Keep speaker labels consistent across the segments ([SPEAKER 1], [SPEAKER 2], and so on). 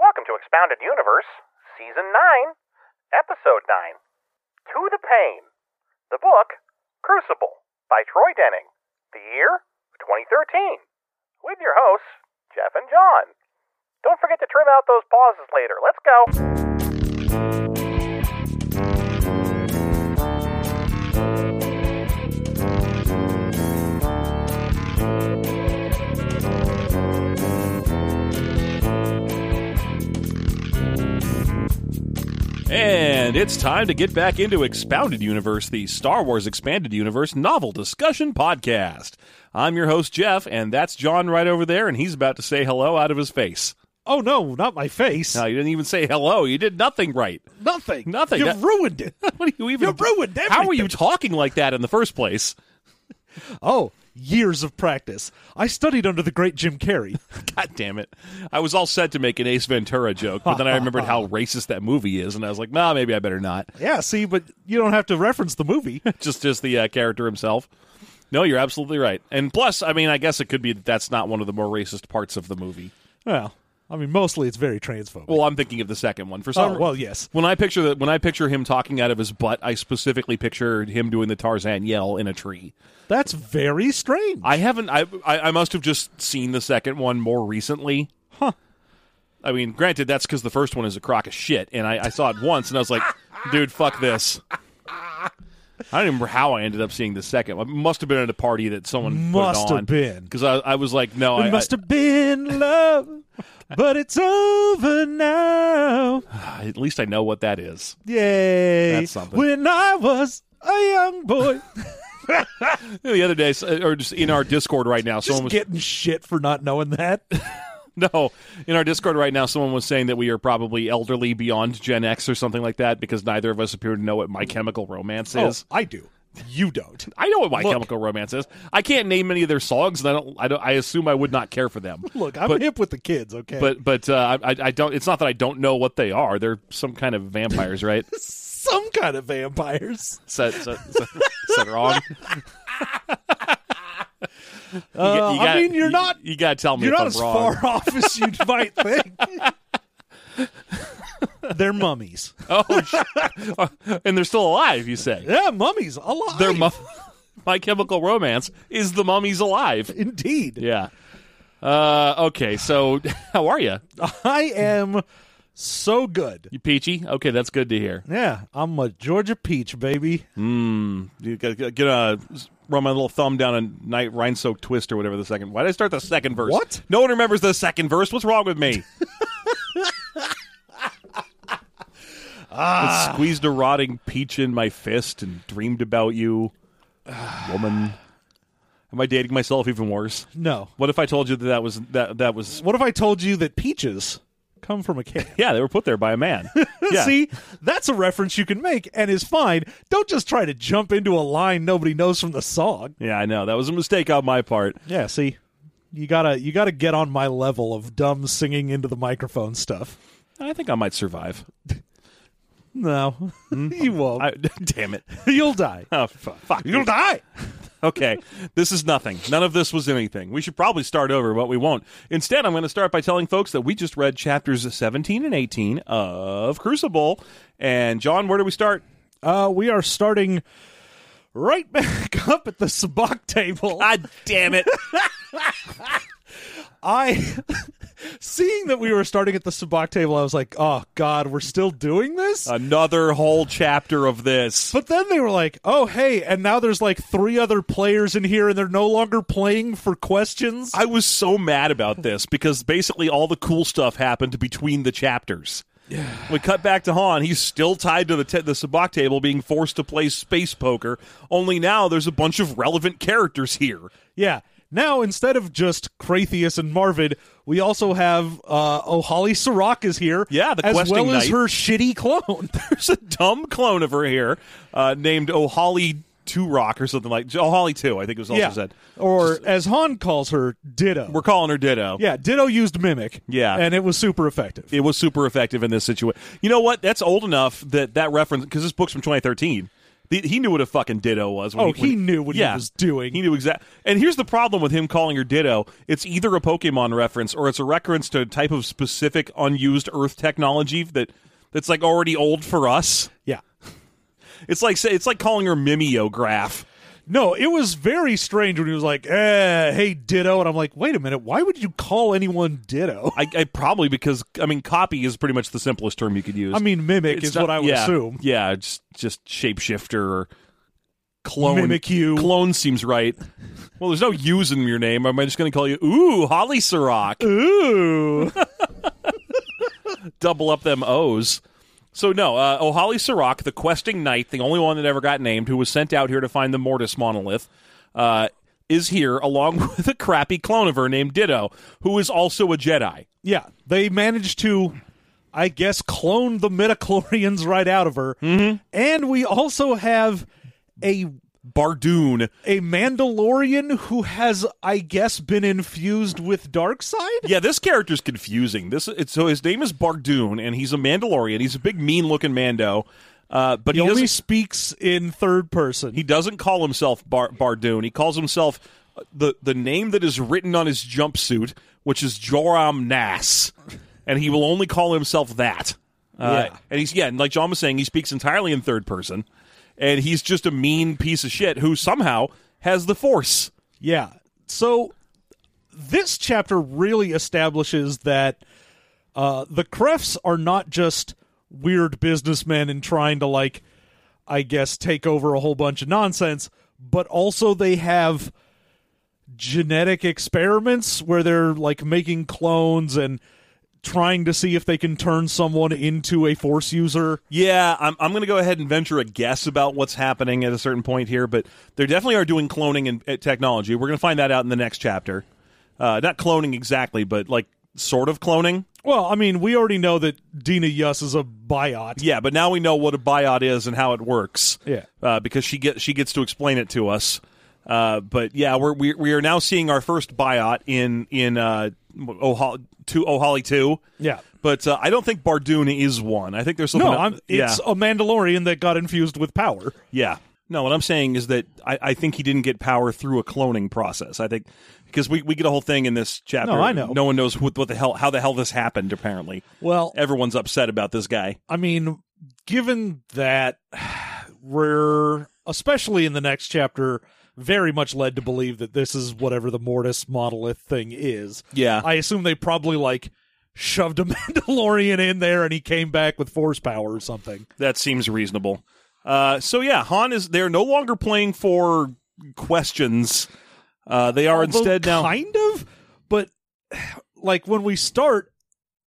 [SPEAKER 1] to Expounded Universe, Season 9, Episode 9 To the Pain. The book, Crucible, by Troy Denning. The year, 2013. With your hosts, Jeff and John. Don't forget to trim out those pauses later. Let's go.
[SPEAKER 2] And it's time to get back into Expounded Universe, the Star Wars Expanded Universe novel discussion podcast. I'm your host, Jeff, and that's John right over there, and he's about to say hello out of his face.
[SPEAKER 3] Oh no, not my face.
[SPEAKER 2] No, you didn't even say hello. You did nothing right.
[SPEAKER 3] Nothing.
[SPEAKER 2] Nothing.
[SPEAKER 3] You
[SPEAKER 2] That-
[SPEAKER 3] ruined it.
[SPEAKER 2] What are you even?
[SPEAKER 3] You ruined
[SPEAKER 2] How are
[SPEAKER 3] everything.
[SPEAKER 2] you talking like that in the first place?
[SPEAKER 3] Oh, years of practice. I studied under the great Jim Carrey.
[SPEAKER 2] God damn it! I was all set to make an Ace Ventura joke, but then I remembered how racist that movie is, and I was like, Nah, maybe I better not.
[SPEAKER 3] yeah, see, but you don't have to reference the movie.
[SPEAKER 2] just just the uh, character himself. No, you're absolutely right. And plus, I mean, I guess it could be that that's not one of the more racist parts of the movie.
[SPEAKER 3] well, I mean, mostly it's very transphobic.
[SPEAKER 2] Well, I'm thinking of the second one for some.
[SPEAKER 3] oh, well, yes.
[SPEAKER 2] when I picture that, when I picture him talking out of his butt, I specifically pictured him doing the Tarzan yell in a tree.
[SPEAKER 3] That's very strange.
[SPEAKER 2] I haven't. I I, I must have just seen the second one more recently.
[SPEAKER 3] Huh.
[SPEAKER 2] I mean, granted, that's because the first one is a crock of shit, and I, I saw it once, and I was like, "Dude, fuck this." I don't even remember how I ended up seeing the second. one. It must have been at a party that someone
[SPEAKER 3] Must have been.
[SPEAKER 2] because I, I was like, "No, I,
[SPEAKER 3] it must have been love, but it's over now.
[SPEAKER 2] I- at least I know what that is."
[SPEAKER 3] Yay.
[SPEAKER 2] That's something.
[SPEAKER 3] When I was a young boy.
[SPEAKER 2] The other day, s- or just in our Discord right now,
[SPEAKER 3] Just
[SPEAKER 2] someone was,
[SPEAKER 3] getting shit for not knowing that.
[SPEAKER 2] no, in our Discord right now, someone was saying that we are probably elderly beyond Gen X or something like that because neither of us appear to know what My Chemical Romance
[SPEAKER 3] Oh,
[SPEAKER 2] is.
[SPEAKER 3] I do. You don't.
[SPEAKER 2] I know what My
[SPEAKER 3] Look.
[SPEAKER 2] Chemical Romance is. I can't name any of their songs, and I don't. I, don't, I assume I would not care for them.
[SPEAKER 3] Look, I'm
[SPEAKER 2] But-
[SPEAKER 3] hip with the kids, okay?
[SPEAKER 2] But but uh, I, I don't. It's not that I don't know what they are. They're some kind of vampires, right?
[SPEAKER 3] some kind of vampires.
[SPEAKER 2] Said said said- said wrong. you,
[SPEAKER 3] Uh, I mean, you're not-
[SPEAKER 2] You, gotta tell me
[SPEAKER 3] You're
[SPEAKER 2] if
[SPEAKER 3] not
[SPEAKER 2] I'm
[SPEAKER 3] as
[SPEAKER 2] wrong.
[SPEAKER 3] far off as you might think. They're mummies.
[SPEAKER 2] Oh, sh- and they're still alive. You say
[SPEAKER 3] Yeah, mummies alive.
[SPEAKER 2] they're mu- My Chemical Romance is the mummies alive.
[SPEAKER 3] Indeed.
[SPEAKER 2] Yeah. Uh, okay, so how are you,
[SPEAKER 3] I am so good.
[SPEAKER 2] you peachy? Okay, that's good to hear.
[SPEAKER 3] Yeah, I'm a Georgia peach, baby.
[SPEAKER 2] Hmm? You gotta- gotta get a run my little thumb down a night rhine soaked twist or whatever the second. Why did I start the second verse?
[SPEAKER 3] What?
[SPEAKER 2] No one remembers the second verse. What's wrong with me? I squeezed a rotting peach in my fist and dreamed about you, woman. Am I dating myself even worse?
[SPEAKER 3] No.
[SPEAKER 2] What if I told you that that was that that was
[SPEAKER 3] What if I told you that peaches come from a can?
[SPEAKER 2] yeah they were put there by a man? Yeah.
[SPEAKER 3] See, that's a reference you can make and is fine. Don't just try to jump into a line nobody knows from the song.
[SPEAKER 2] yeah, I know that was a mistake on my part.
[SPEAKER 3] Yeah, see, you gotta you gotta get on my level of dumb singing into the microphone stuff.
[SPEAKER 2] I think I might survive.
[SPEAKER 3] No, you won't.
[SPEAKER 2] I, damn it!
[SPEAKER 3] You'll die.
[SPEAKER 2] Oh, fu- fuck!
[SPEAKER 3] You'll die.
[SPEAKER 2] Okay, this is nothing. None of this was anything. We should probably start over, but we won't. Instead, I'm going to start by telling folks that we just read chapters 17 and 18 of Crucible. And John, where do we start?
[SPEAKER 3] Uh, we are starting right back up at the sabacc table.
[SPEAKER 2] God Ah, damn it!
[SPEAKER 3] I, seeing that we were starting at the sabacc table, I was like, oh god, we're still doing this.
[SPEAKER 2] Uh, Another whole chapter of this.
[SPEAKER 3] but then they were like, "Oh, hey!" And now there's like three other players in here, and they're no longer playing for questions.
[SPEAKER 2] I was so mad about this because basically all the cool stuff happened between the chapters. We cut back to Han. He's still tied to the te- the sabacc table, being forced to play space poker. Only now there's a bunch of relevant characters here.
[SPEAKER 3] Yeah. Now instead of just Crathius and Marvid, we also have uh O'Holly Sirach is here.
[SPEAKER 2] Yeah, the
[SPEAKER 3] as
[SPEAKER 2] questing
[SPEAKER 3] well as
[SPEAKER 2] knight.
[SPEAKER 3] her shitty clone.
[SPEAKER 2] there's a dumb clone of her here uh, named O'Holly Two Rock or something like O'Holly Two. I think it was also
[SPEAKER 3] yeah.
[SPEAKER 2] said.
[SPEAKER 3] Or as Han calls her, Ditto.
[SPEAKER 2] We're calling her Ditto.
[SPEAKER 3] yeah, Ditto used mimic.
[SPEAKER 2] Yeah.
[SPEAKER 3] And it was super effective.
[SPEAKER 2] It was super effective in this situation. You know what? That's old enough that that reference because this book's from 2013. The, he knew what a fucking ditto was. When
[SPEAKER 3] Oh,
[SPEAKER 2] when-
[SPEAKER 3] he knew what
[SPEAKER 2] yeah.
[SPEAKER 3] he was doing.
[SPEAKER 2] He knew exactly. And here's the problem with him calling her Ditto. It's either a Pokemon reference or it's a reference to a type of specific unused Earth technology that that's like already old for us.
[SPEAKER 3] yeah.
[SPEAKER 2] It's like say, it's like calling her Mimeograph.
[SPEAKER 3] No, it was very strange when he was like, eh, "Hey, Ditto," and I'm like, "Wait a minute, why would you call anyone Ditto?"
[SPEAKER 2] I, I probably because I mean copy is pretty much the simplest term you could use.
[SPEAKER 3] I mean, mimic
[SPEAKER 2] It's
[SPEAKER 3] is
[SPEAKER 2] not-
[SPEAKER 3] what I would
[SPEAKER 2] yeah,
[SPEAKER 3] assume.
[SPEAKER 2] Yeah, just just shapeshifter or clone.
[SPEAKER 3] Mimikyu.
[SPEAKER 2] Clone seems right. Well, there's no use in your name. Am I just going to call you Ooh Holly Sirach?
[SPEAKER 3] Ooh,
[SPEAKER 2] double up them O's. So no, uh, Ohali Sirach, the questing knight, the only one that ever got named, who was sent out here to find the Mortis monolith, uh, is here along with a crappy clone of her named Ditto, who is also a Jedi.
[SPEAKER 3] yeah. They managed to, I guess, clone the midichlorians right out of her, and we also have a
[SPEAKER 2] Bardoon.
[SPEAKER 3] a Mandalorian who has, I guess, been infused with dark side.
[SPEAKER 2] Yeah, this character's confusing. This it's, so his name is Bardoon, and he's a Mandalorian. He's a big, mean-looking Mando, uh, but
[SPEAKER 3] He
[SPEAKER 2] he,
[SPEAKER 3] only
[SPEAKER 2] doesn't,
[SPEAKER 3] speaks in third person.
[SPEAKER 2] he doesn't call himself Bar- Bardoon. He calls himself uh, the the name that is written on his jumpsuit, which is Joram Nass, and he will only call himself that. Uh,
[SPEAKER 3] Yeah.
[SPEAKER 2] And he's yeah, and like John was saying, he speaks entirely in third person, and he's just a mean piece of shit who somehow has the Force.
[SPEAKER 3] Yeah. So this chapter really establishes that uh, the Krefts are not just weird businessmen and trying to, like, I guess, take over a whole bunch of nonsense, but also they have genetic experiments where they're, like, making clones and trying to see if they can turn someone into a force user.
[SPEAKER 2] Yeah, I'm, I'm going to go ahead and venture a guess about what's happening at a certain point here, but they definitely are doing cloning and uh, technology. We're going to find that out in the next chapter. Uh, not cloning exactly, but like sort of cloning.
[SPEAKER 3] Well, I mean, we already know that Dina Yuss is a biot.
[SPEAKER 2] Yeah, but now we know what a biot is and how it works.
[SPEAKER 3] Yeah.
[SPEAKER 2] uh, because she get she gets to explain it to us. Uh, but yeah, we're we, we are now seeing our first biot in in uh, Ohali two Ohali two.
[SPEAKER 3] Yeah.
[SPEAKER 2] But uh, I don't think Bardoon is one. I think there's something.
[SPEAKER 3] No, I'm,
[SPEAKER 2] yeah.
[SPEAKER 3] it's a Mandalorian that got infused with power.
[SPEAKER 2] Yeah. No, what I'm saying is that I, I think he didn't get power through a cloning process. I think because we, we get a whole thing in this chapter.
[SPEAKER 3] No, I know.
[SPEAKER 2] No one knows what, what the hell how the hell this happened. Apparently,
[SPEAKER 3] Well,
[SPEAKER 2] everyone's upset about this guy.
[SPEAKER 3] I mean, given that we're, especially in the next chapter, very much led to believe that this is whatever the Mortis monolith thing is.
[SPEAKER 2] Yeah.
[SPEAKER 3] I assume they probably like shoved a Mandalorian in there and he came back with force power or something.
[SPEAKER 2] That seems reasonable. Uh, so yeah, Han is. They're no longer playing for questions. Uh, they are
[SPEAKER 3] Although
[SPEAKER 2] instead now.
[SPEAKER 3] kind of, but like when we start,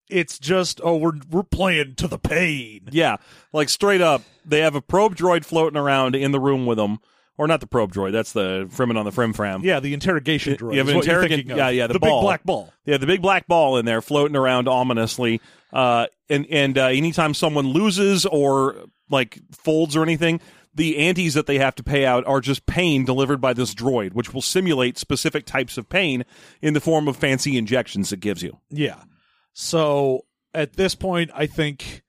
[SPEAKER 3] it's just oh we're we're playing to the pain.
[SPEAKER 2] Yeah, like straight up, they have a probe droid floating around in the room with them, or not the probe droid. That's the Fremen on the Frim Fram.
[SPEAKER 3] Yeah, the interrogation droid.
[SPEAKER 2] you have
[SPEAKER 3] is
[SPEAKER 2] an
[SPEAKER 3] what you're
[SPEAKER 2] interrogate-
[SPEAKER 3] thinking of.
[SPEAKER 2] yeah, yeah, the
[SPEAKER 3] the,
[SPEAKER 2] ball.
[SPEAKER 3] big black ball.
[SPEAKER 2] Yeah, the big black ball in there floating around ominously. Uh, and and uh, anytime someone loses or like folds or anything, the antes that they have to pay out are just pain delivered by this droid, which will simulate specific types of pain in the form of fancy injections it gives you.
[SPEAKER 3] Yeah. So at this point, I think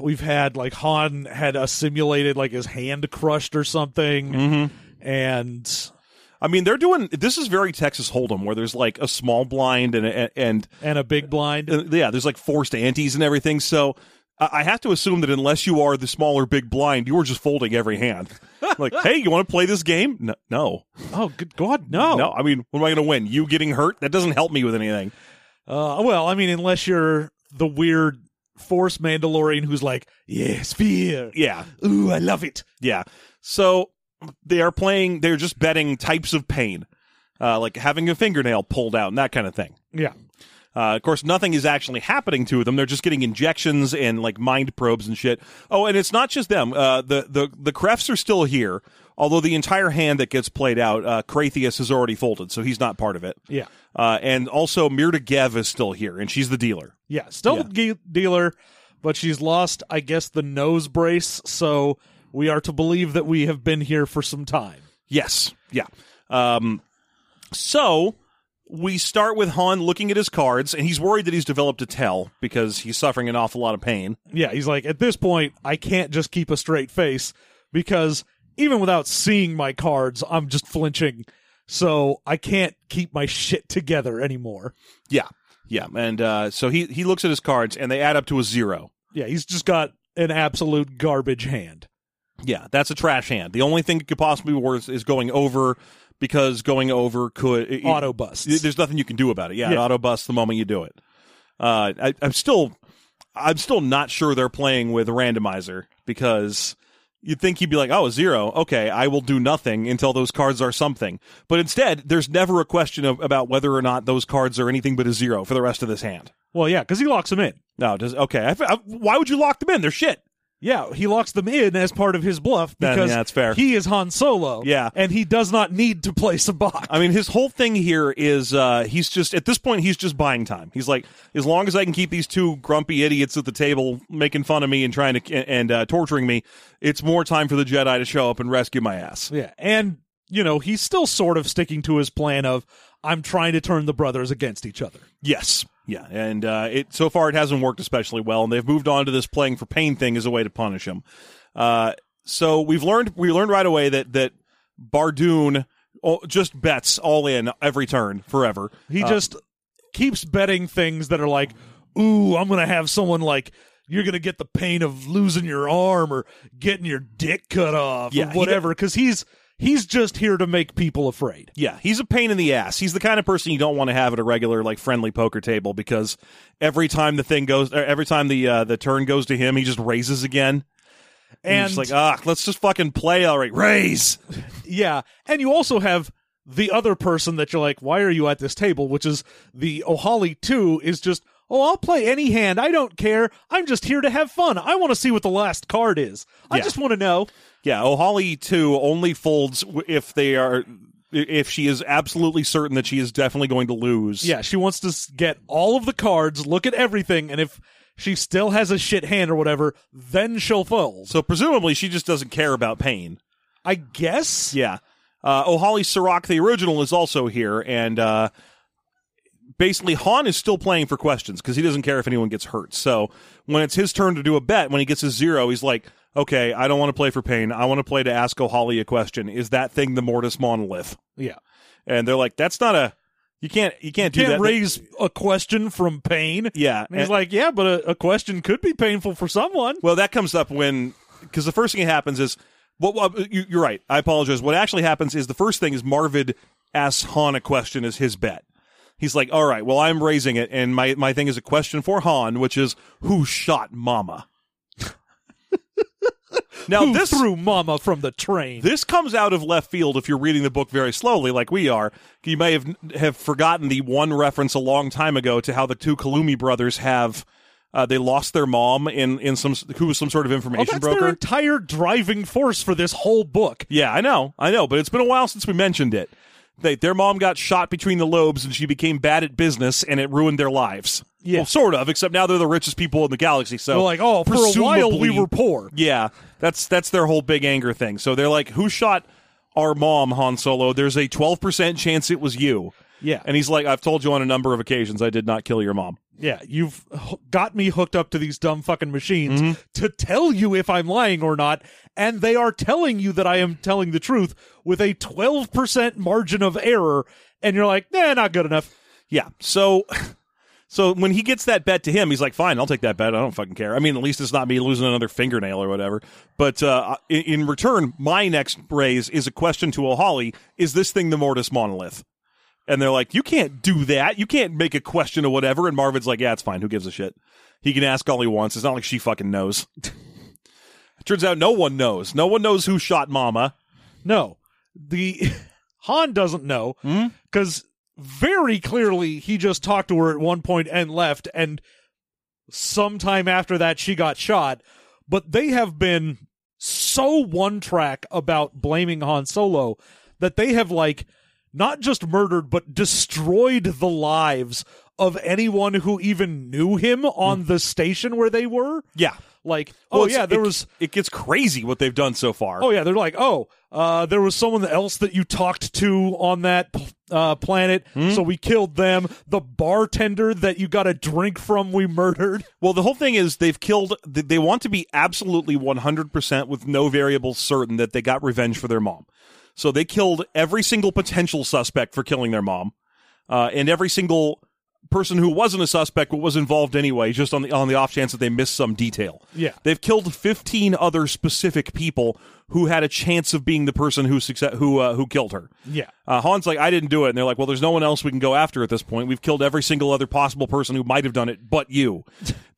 [SPEAKER 3] we've had like Han had a simulated like his hand crushed or something,
[SPEAKER 2] Mm-hmm.
[SPEAKER 3] and
[SPEAKER 2] I mean, they're doing this is very Texas Hold'em, where there's like a small blind and and, and
[SPEAKER 3] and a big blind.
[SPEAKER 2] uh, yeah, there's like forced antes and everything. So I I have to assume that unless you are the smaller big blind, you are just folding every hand. like, hey, you want to play this game? No, no,
[SPEAKER 3] oh, good God, no.
[SPEAKER 2] no. I mean, what am I going to win? You getting hurt? That doesn't help me with anything.
[SPEAKER 3] Uh, well, I mean, unless you're the weird Force Mandalorian who's like, yes, fear.
[SPEAKER 2] Yeah,
[SPEAKER 3] Ooh, I love it.
[SPEAKER 2] yeah. So they are playing. They're just betting types of pain, uh, like having a fingernail pulled out and that kind of thing.
[SPEAKER 3] Yeah.
[SPEAKER 2] Uh, of course, nothing is actually happening to them. They're just getting injections and like mind probes and shit. Oh, and it's not just them. Uh, the the the Krefts are still here, although the entire hand that gets played out, uh, Kratheus is already folded, so he's not part of it.
[SPEAKER 3] Yeah.
[SPEAKER 2] Uh, and also Mirta Gev is still here, and she's the dealer.
[SPEAKER 3] Yeah, still the ge- dealer, but she's lost, I guess, the nose brace. So we are to believe that we have been here for some time.
[SPEAKER 2] Yes. Yeah. Um, so we start with Han looking at his cards, and he's worried that he's developed a tell because he's suffering an awful lot of pain.
[SPEAKER 3] Yeah, he's like, at this point, I can't just keep a straight face because even without seeing my cards, I'm just flinching. So I can't keep my shit together anymore.
[SPEAKER 2] Yeah, yeah, and uh, so he he looks at his cards and they add up to a zero.
[SPEAKER 3] Yeah, he's just got an absolute garbage hand.
[SPEAKER 2] Yeah, that's a trash hand. The only thing it could possibly be worse is going over because going over could it-
[SPEAKER 3] Auto busts.
[SPEAKER 2] it- there's nothing you can do about it. Yeah, it
[SPEAKER 3] Yeah.
[SPEAKER 2] auto busts the moment you do it. Uh, I, I'm still, I'm still not sure they're playing with a randomizer because you'd think he'd be like, oh, a zero. Okay, I will do nothing until those cards are something. But instead, there's never a question of, about whether or not those cards are anything but a zero for the rest of this hand.
[SPEAKER 3] Well, yeah, because he locks them in.
[SPEAKER 2] No, does okay. I f I why would you lock them in? They're shit.
[SPEAKER 3] Yeah, he locks them in as part of his bluff
[SPEAKER 2] Yeah, I mean,
[SPEAKER 3] because
[SPEAKER 2] that's fair.
[SPEAKER 3] he is Han Solo.
[SPEAKER 2] Yeah.
[SPEAKER 3] and he does not need to play Sabacc.
[SPEAKER 2] I mean, his whole thing here is uh, he's just at this point he's just buying time. He's like, as long as I can keep these two grumpy idiots at the table making fun of me and trying to and uh, torturing me, it's more time for the Jedi to show up and rescue my ass.
[SPEAKER 3] Yeah, and you know he's still sort of sticking to his plan of I'm trying to turn the brothers against each other.
[SPEAKER 2] Yes, yeah, and uh, it so far it hasn't worked especially well, and they've moved on to this playing for pain thing as a way to punish him. Uh, so we've learned we learned right away that that Bardoon oh, just bets all in every turn forever.
[SPEAKER 3] He just keeps betting things that are like, "Ooh, I'm gonna have someone like." You're gonna get the pain of losing your arm or getting your dick cut off
[SPEAKER 2] Yeah,
[SPEAKER 3] or
[SPEAKER 2] he
[SPEAKER 3] whatever, because he's he's just here to make people afraid.
[SPEAKER 2] Yeah, he's a pain in the ass. He's the kind of person you don't want to have at a regular, like, friendly poker table because every time the thing goes, or every time the uh, the turn goes to him, he just raises again. And
[SPEAKER 3] And
[SPEAKER 2] he's just like, ah, let's just fucking play. All right, raise.
[SPEAKER 3] Yeah. And you also have the other person that you're like, why are you at this table? Which is the Ohali 2 is just, oh, I'll play any hand. I don't care. I'm just here to have fun. I want to see what the last card is. I
[SPEAKER 2] Yeah.
[SPEAKER 3] just want to know.
[SPEAKER 2] Yeah, Ohali too only folds w- if they are if she is absolutely certain that she is definitely going to lose.
[SPEAKER 3] Yeah. She wants to s- get all of the cards, look at everything, and if she still has a shit hand or whatever, then she'll fold.
[SPEAKER 2] So presumably she just doesn't care about pain.
[SPEAKER 3] I guess.
[SPEAKER 2] Yeah. Uh, O'Holly Sirach, the original, is also here, and uh, basically Han is still playing for questions because he doesn't care if anyone gets hurt. So when it's his turn to do a bet, when he gets a zero, he's like, "Okay, I don't want to play for pain. I want to play to ask O'Holly a question. Is that thing the Mortis monolith?"
[SPEAKER 3] Yeah.
[SPEAKER 2] And they're like, "That's not a. You can't. You can't do
[SPEAKER 3] Can't
[SPEAKER 2] that."
[SPEAKER 3] raise a question from pain.
[SPEAKER 2] yeah.
[SPEAKER 3] And he's
[SPEAKER 2] and-
[SPEAKER 3] like, yeah, but a, a question could be painful for someone.
[SPEAKER 2] Well, that comes up when because the first thing that happens is what well, you, you're right. I apologize. What actually happens is the first thing is Marvid asks Han a question as his bet. He's like, "All right, well, I'm raising it, and my my thing is a question for Han, which is who shot Mama." now
[SPEAKER 3] Who
[SPEAKER 2] this
[SPEAKER 3] threw mama from the train?
[SPEAKER 2] this comes out of left field if you're reading the book very slowly, like we are. You may have have forgotten the one reference a long time ago to how the two Kalumi brothers have. Uh, they lost their mom in in some who was some sort of
[SPEAKER 3] Oh,
[SPEAKER 2] information
[SPEAKER 3] that's
[SPEAKER 2] broker.
[SPEAKER 3] their entire driving force for this whole book.
[SPEAKER 2] yeah, I know, I know, but it's been a while since we mentioned it. They, their mom got shot between the lobes, and she became bad at business, and it ruined their lives.
[SPEAKER 3] Yeah.
[SPEAKER 2] well, sort of. Except now they're the richest people in the galaxy. So,
[SPEAKER 3] They're like, oh, for a while we
[SPEAKER 2] presumably-
[SPEAKER 3] were poor.
[SPEAKER 2] Yeah, that's that's their whole big anger thing. So they're like, "Who shot our mom, Han Solo?" There's a 12% chance it was you.
[SPEAKER 3] Yeah.
[SPEAKER 2] and he's like, "I've told you on a number of occasions I did not kill your mom."
[SPEAKER 3] Yeah, you've h- got me hooked up to these dumb fucking machines
[SPEAKER 2] Mm-hmm.
[SPEAKER 3] to tell you if I'm lying or not, and they are telling you that I am telling the truth with a 12% margin of error, and you're like, nah, not good enough.
[SPEAKER 2] Yeah. So so when he gets that bet to him, he's like, "Fine, I'll take that bet. I don't fucking care. I mean, at least it's not me losing another fingernail or whatever." But uh, in, in return, my next raise is a question to O'Holly: Is this thing the Mortis monolith? And they're like, "You can't do that. You can't make a question or whatever." And Marvin's like, "Yeah, it's fine. Who gives a shit? He can ask all he wants. It's not like she fucking knows." Turns out no one knows. No one knows who shot Mama.
[SPEAKER 3] No, the Han doesn't know
[SPEAKER 2] Hmm?
[SPEAKER 3] because very clearly he just talked to her at one point and left, and sometime after that she got shot. But they have been so one track about blaming Han Solo that they have like not just murdered, but destroyed the lives of anyone who even knew him on the station where they were.
[SPEAKER 2] Yeah.
[SPEAKER 3] Like,
[SPEAKER 2] Hmm. Well,
[SPEAKER 3] oh
[SPEAKER 2] it's-
[SPEAKER 3] yeah, there
[SPEAKER 2] it-
[SPEAKER 3] was
[SPEAKER 2] It gets crazy what they've done so far.
[SPEAKER 3] Oh yeah, they're like, oh, uh, there was someone else that you talked to on that pl- uh, planet, so we killed them. The bartender that you got a drink from, we murdered.
[SPEAKER 2] Well, the whole thing is they've killed. th- They want to be absolutely 100% with no variables certain that they got revenge for their mom. So they killed every single potential suspect for killing their mom, uh, and every single person who wasn't a suspect but was involved anyway, just on the on the off chance that they missed some detail.
[SPEAKER 3] Yeah.
[SPEAKER 2] they've killed 15 other specific people who had a chance of being the person who success who uh, who killed her.
[SPEAKER 3] Yeah.
[SPEAKER 2] Uh, Han's like, I didn't do it. And they're like, well, there's no one else we can go after at this point. We've killed every single other possible person who might have done it but you.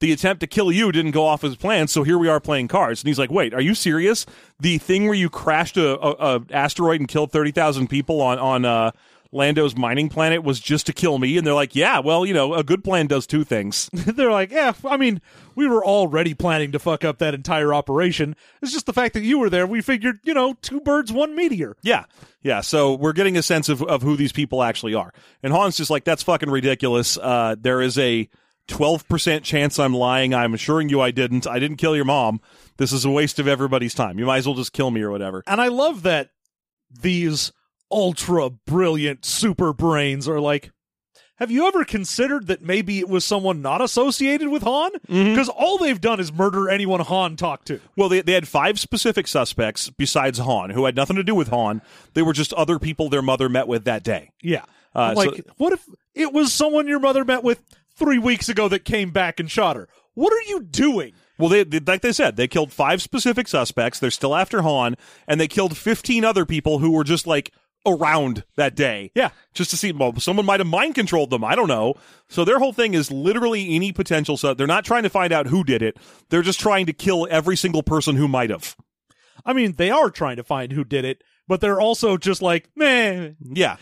[SPEAKER 2] the attempt to kill you didn't go off as planned, so here we are playing cards. And he's like, wait, are you serious? The thing where you crashed a, a, a asteroid and killed 30,000 people on, on uh, Lando's mining planet was just to kill me? And they're like, yeah, well, you know, a good plan does two things.
[SPEAKER 3] they're like, yeah, I mean, we were already planning to fuck up that entire operation. It's just the fact that you were there. We figured, you know, two birds, one meteor.
[SPEAKER 2] Yeah, yeah. So we're getting a sense of, of who these people actually are. And Han's just like, that's fucking ridiculous. Uh, there is a 12% chance I'm lying. I'm assuring you I didn't. I didn't kill your mom. This is a waste of everybody's time. You might as well just kill me or whatever.
[SPEAKER 3] And I love that these ultra brilliant super brains are like, have you ever considered that maybe it was someone not associated with Han?
[SPEAKER 2] Mm-hmm.
[SPEAKER 3] Because all they've done is murder anyone Han talked to.
[SPEAKER 2] Well, they, they had five specific suspects besides Han, who had nothing to do with Han. They were just other people their mother met with that day.
[SPEAKER 3] Yeah.
[SPEAKER 2] Uh,
[SPEAKER 3] like,
[SPEAKER 2] so-
[SPEAKER 3] what if it was someone your mother met with three weeks ago that came back and shot her? What are you doing?
[SPEAKER 2] Well, they, they like they said, they killed five specific suspects. They're still after Han, and they killed fifteen other people who were just like around that day.
[SPEAKER 3] Yeah.
[SPEAKER 2] just to see. Well, someone might have mind controlled them. I don't know. So their whole thing is literally any potential. So they're not trying to find out who did it. They're just trying to kill every single person who might have.
[SPEAKER 3] I mean, they are trying to find who did it, but they're also just like, meh,
[SPEAKER 2] Yeah.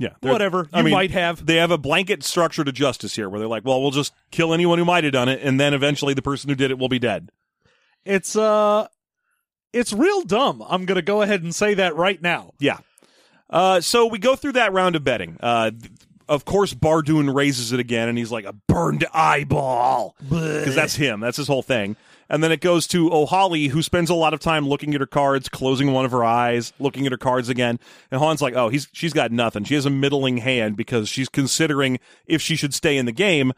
[SPEAKER 2] Yeah, They're-
[SPEAKER 3] whatever.
[SPEAKER 2] I
[SPEAKER 3] you
[SPEAKER 2] mean,
[SPEAKER 3] might have.
[SPEAKER 2] They have a blanket structure to justice here, where they're like, "Well, we'll just kill anyone who might have done it, and then eventually the person who did it will be dead."
[SPEAKER 3] It's uh it's real dumb. I'm gonna go ahead and say that right now.
[SPEAKER 2] Yeah. Uh, so we go through that round of betting. Uh, th- of course, Bardoon raises it again, and he's like a burned eyeball because that's him. That's his whole thing. And then it goes to O'Holly, who spends a lot of time looking at her cards, closing one of her eyes, looking at her cards again. And Han's like, "Oh, he's she's got nothing. She has a middling hand because she's considering if she should stay in the game."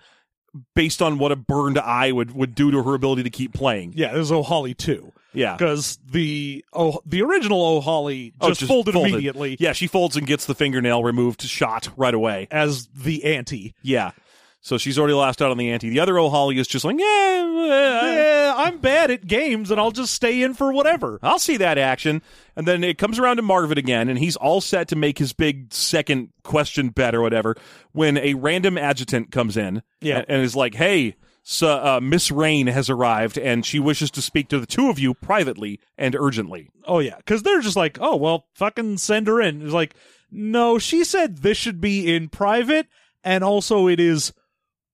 [SPEAKER 2] Based on what a burned eye would, would do to her ability to keep playing.
[SPEAKER 3] Yeah, there's O'Holly too.
[SPEAKER 2] Yeah.
[SPEAKER 3] Because the oh the original O'Holly just,
[SPEAKER 2] Oh,
[SPEAKER 3] folded, immediately
[SPEAKER 2] Yeah, she folds and gets the fingernail removed, shot right away.
[SPEAKER 3] as the ante.
[SPEAKER 2] Yeah. So she's already lost out on the ante. The other O'Holly is just like, yeah, well,
[SPEAKER 3] Yeah, I'm bad at games and I'll just stay in for whatever.
[SPEAKER 2] I'll see that action. And then it comes around to Marvin again, and he's all set to make his big second question bet or whatever when a random adjutant comes in
[SPEAKER 3] Yeah.
[SPEAKER 2] and, and is like, hey, so, uh, Miss Rain has arrived, and she wishes to speak to the two of you privately and urgently.
[SPEAKER 3] Oh yeah, because they're just like, oh well, fucking send her in. It's like, no, she said this should be in private, and also it is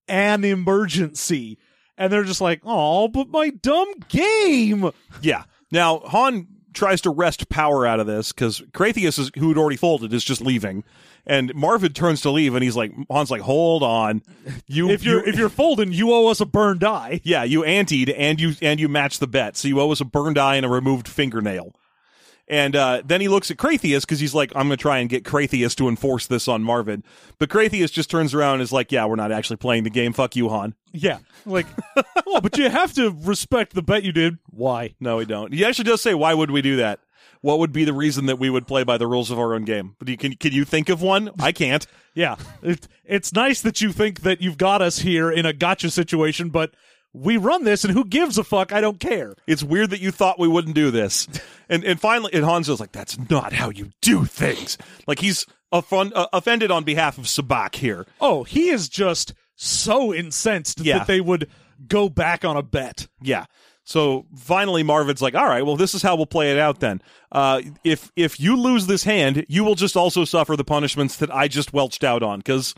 [SPEAKER 3] an emergency. And they're just like, oh, but my dumb game.
[SPEAKER 2] Yeah. Now, Han tries to wrest power out of this because Kratheus, is, who had already folded, is just leaving. And Marvid turns to leave, and he's like, Han's like, hold on. You,
[SPEAKER 3] If you're
[SPEAKER 2] you-
[SPEAKER 3] if you're folding, you owe us a burned eye.
[SPEAKER 2] Yeah, you antied and you and you matched the bet, so you owe us a burned eye and a removed fingernail. And uh, then he looks at Kratheus because he's like, "I'm going to try and get Kratheus to enforce this on Marvin." But Kratheus just turns around and is like, "Yeah, we're not actually playing the game. Fuck you, Han."
[SPEAKER 3] Yeah, like, oh, but you have to respect the bet you did. Why?
[SPEAKER 2] No, we don't. He actually does say, "Why would we do that? What would be the reason that we would play by the rules of our own game?" But you, can can you think of one? I can't.
[SPEAKER 3] Yeah, it, it's nice that you think that you've got us here in a gotcha situation, but we run this, and who gives a fuck? I don't care.
[SPEAKER 2] It's weird that you thought we wouldn't do this. And and finally, and Hanzo's like, "That's not how you do things." Like he's offend, uh, offended on behalf of Sabak here.
[SPEAKER 3] Oh, he is just so incensed
[SPEAKER 2] Yeah.
[SPEAKER 3] that they would go back on a bet.
[SPEAKER 2] Yeah. So finally, Marvin's like, "All right, well, this is how we'll play it out then. Uh, if if you lose this hand, you will just also suffer the punishments that I just welched out on. Because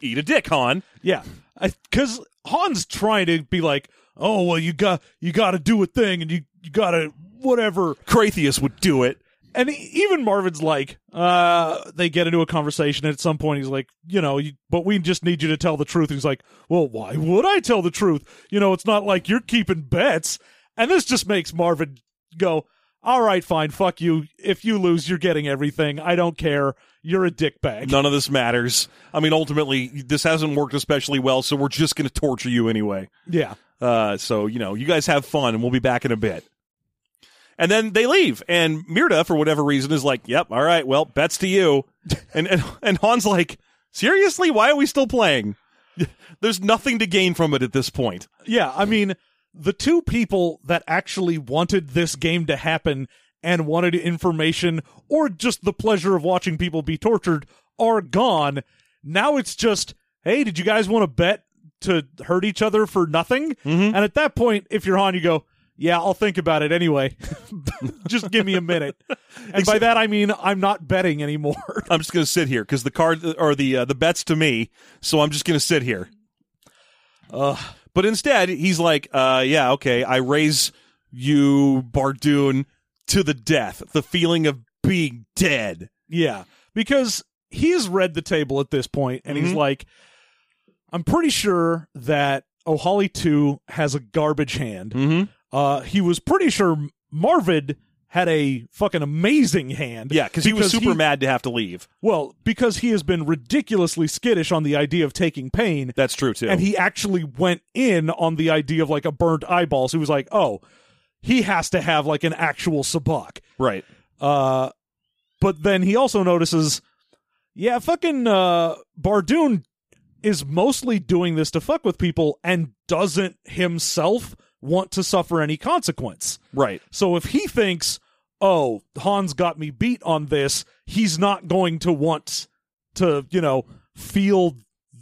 [SPEAKER 2] eat a dick, Han.
[SPEAKER 3] Yeah, because Han's trying to be like, oh well, you got you got to do a thing, and you you got to whatever.
[SPEAKER 2] Kratheus would do it.
[SPEAKER 3] And e- even Marvin's like, uh, they get into a conversation. And at some point, he's like, you know, you, but we just need you to tell the truth. And he's like, well, why would I tell the truth? You know, it's not like you're keeping bets. And this just makes Marvin go, all right, fine, fuck you. If you lose, you're getting everything. I don't care. You're a dickbag.
[SPEAKER 2] None of this matters. I mean, ultimately, this hasn't worked especially well, so we're just going to torture you anyway.
[SPEAKER 3] Yeah.
[SPEAKER 2] Uh, so you know, you guys have fun, and we'll be back in a bit. And then they leave, and Mirda, for whatever reason, is like, "Yep, all right, well, bets to you." and and and Han's like, "Seriously, why are we still playing? There's nothing to gain from it at this point."
[SPEAKER 3] Yeah, I mean, the two people that actually wanted this game to happen and wanted information or just the pleasure of watching people be tortured are gone. Now it's just, hey, did you guys want to bet to hurt each other for nothing? And at that point, if you're on, you go, yeah, I'll think about it anyway. just give me a minute. And by that, I mean, I'm not betting anymore.
[SPEAKER 2] I'm just going to sit here because the card or the uh, the bets to me, so I'm just going to sit here. Uh, but instead, he's like, uh, "Yeah, okay, I raise you, Bardoon, to the death. The feeling of being dead."
[SPEAKER 3] Yeah, because he's read the table at this point, and
[SPEAKER 2] Mm-hmm.
[SPEAKER 3] he's like, "I'm pretty sure that O'Holly Two has a garbage hand."
[SPEAKER 2] Mm-hmm.
[SPEAKER 3] Uh, he was pretty sure Marvid had a fucking amazing hand.
[SPEAKER 2] Yeah, because he was super mad to have to leave.
[SPEAKER 3] Well, because he has been ridiculously skittish on the idea of taking pain,
[SPEAKER 2] That's true too.
[SPEAKER 3] and he actually went in on the idea of like a burnt eyeball. So he was like, "Oh, he has to have like an actual sabak."
[SPEAKER 2] right.
[SPEAKER 3] Uh, but then he also notices, yeah, fucking uh, Bardoon is mostly doing this to fuck with people and doesn't himself want to suffer any consequence.
[SPEAKER 2] Right.
[SPEAKER 3] So if he thinks, oh, Hans got me beat on this, he's not going to want to, you know, feel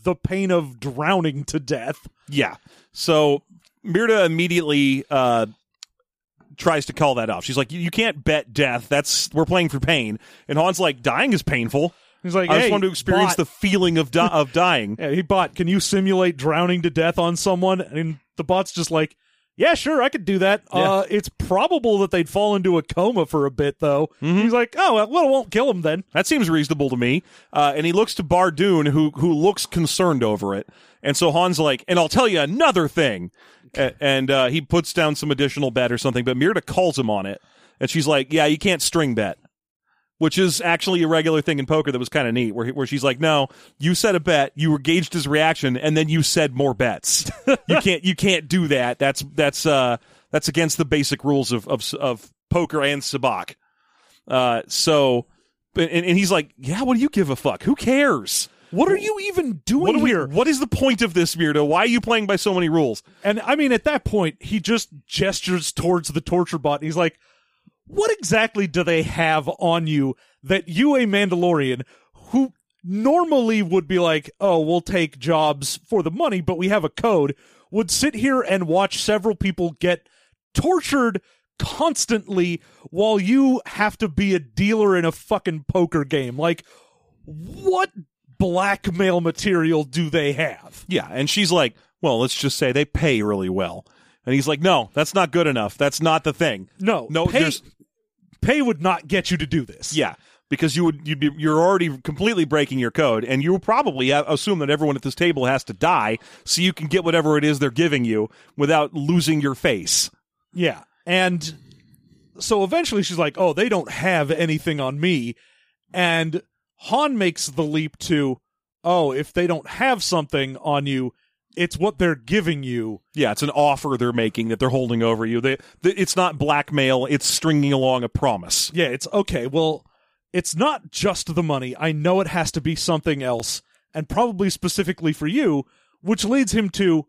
[SPEAKER 3] the pain of drowning to death.
[SPEAKER 2] Yeah. So Mirda immediately uh, tries to call that off. She's like, "You you can't bet death. That's we're playing for pain." And Han's like, "Dying is painful.
[SPEAKER 3] He's like,
[SPEAKER 2] I just
[SPEAKER 3] "Hey,
[SPEAKER 2] want to experience
[SPEAKER 3] bot."
[SPEAKER 2] the feeling of di- of dying."
[SPEAKER 3] Yeah, he bot, can you simulate drowning to death on someone? And the bot's just like, yeah, sure, I could do that. Uh, it's probable that they'd fall into a coma for a bit, though. He's like, oh, well, it won't kill him then.
[SPEAKER 2] That seems reasonable to me. Uh, and he looks to Bardoon, who who looks concerned over it. And so Han's like, and I'll tell you another thing. A- and uh, he puts down some additional bet or something. But Mirta calls him on it, and she's like, "Yeah, you can't string bet," which is actually a regular thing in poker that was kind of neat. Where he- where she's like, "No, you said a bet, you were gauged his reaction, and then you said more bets. you can't you can't do that. That's that's uh that's against the basic rules of of, of poker and sabacc." Uh, so, and, and he's like, "Yeah, what do you give a fuck? Who cares?
[SPEAKER 3] What are you even doing
[SPEAKER 2] What do we?
[SPEAKER 3] here?
[SPEAKER 2] What is the point of this, weirdo? Why are you playing by so many rules?
[SPEAKER 3] And I mean, at that point, he just gestures towards the torture bot. And he's like, what exactly do they have on you that you, a Mandalorian, who normally would be like, oh, we'll take jobs for the money, but we have a code, would sit here and watch several people get tortured constantly while you have to be a dealer in a fucking poker game? Like, what blackmail material do they have?
[SPEAKER 2] Yeah." And she's like, "Well, let's just say they pay really well." And he's like, "No, that's not good enough. That's not the thing.
[SPEAKER 3] No,
[SPEAKER 2] No,
[SPEAKER 3] pay,
[SPEAKER 2] there's-
[SPEAKER 3] pay would not get you to do this.
[SPEAKER 2] Yeah." Because you would, you'd be, you're already completely breaking your code, and you probably uh, assume that everyone at this table has to die, so you can get whatever it is they're giving you without losing your face.
[SPEAKER 3] yeah. And so eventually she's like, "Oh, they don't have anything on me," and Han makes the leap to, "Oh, if they don't have something on you, it's what they're giving you."
[SPEAKER 2] Yeah, it's an offer they're making that they're holding over you. They, th it's not blackmail; it's stringing along a promise.
[SPEAKER 3] Yeah, it's okay. Well, it's not just the money. I know it has to be something else, and probably specifically for you, which leads him to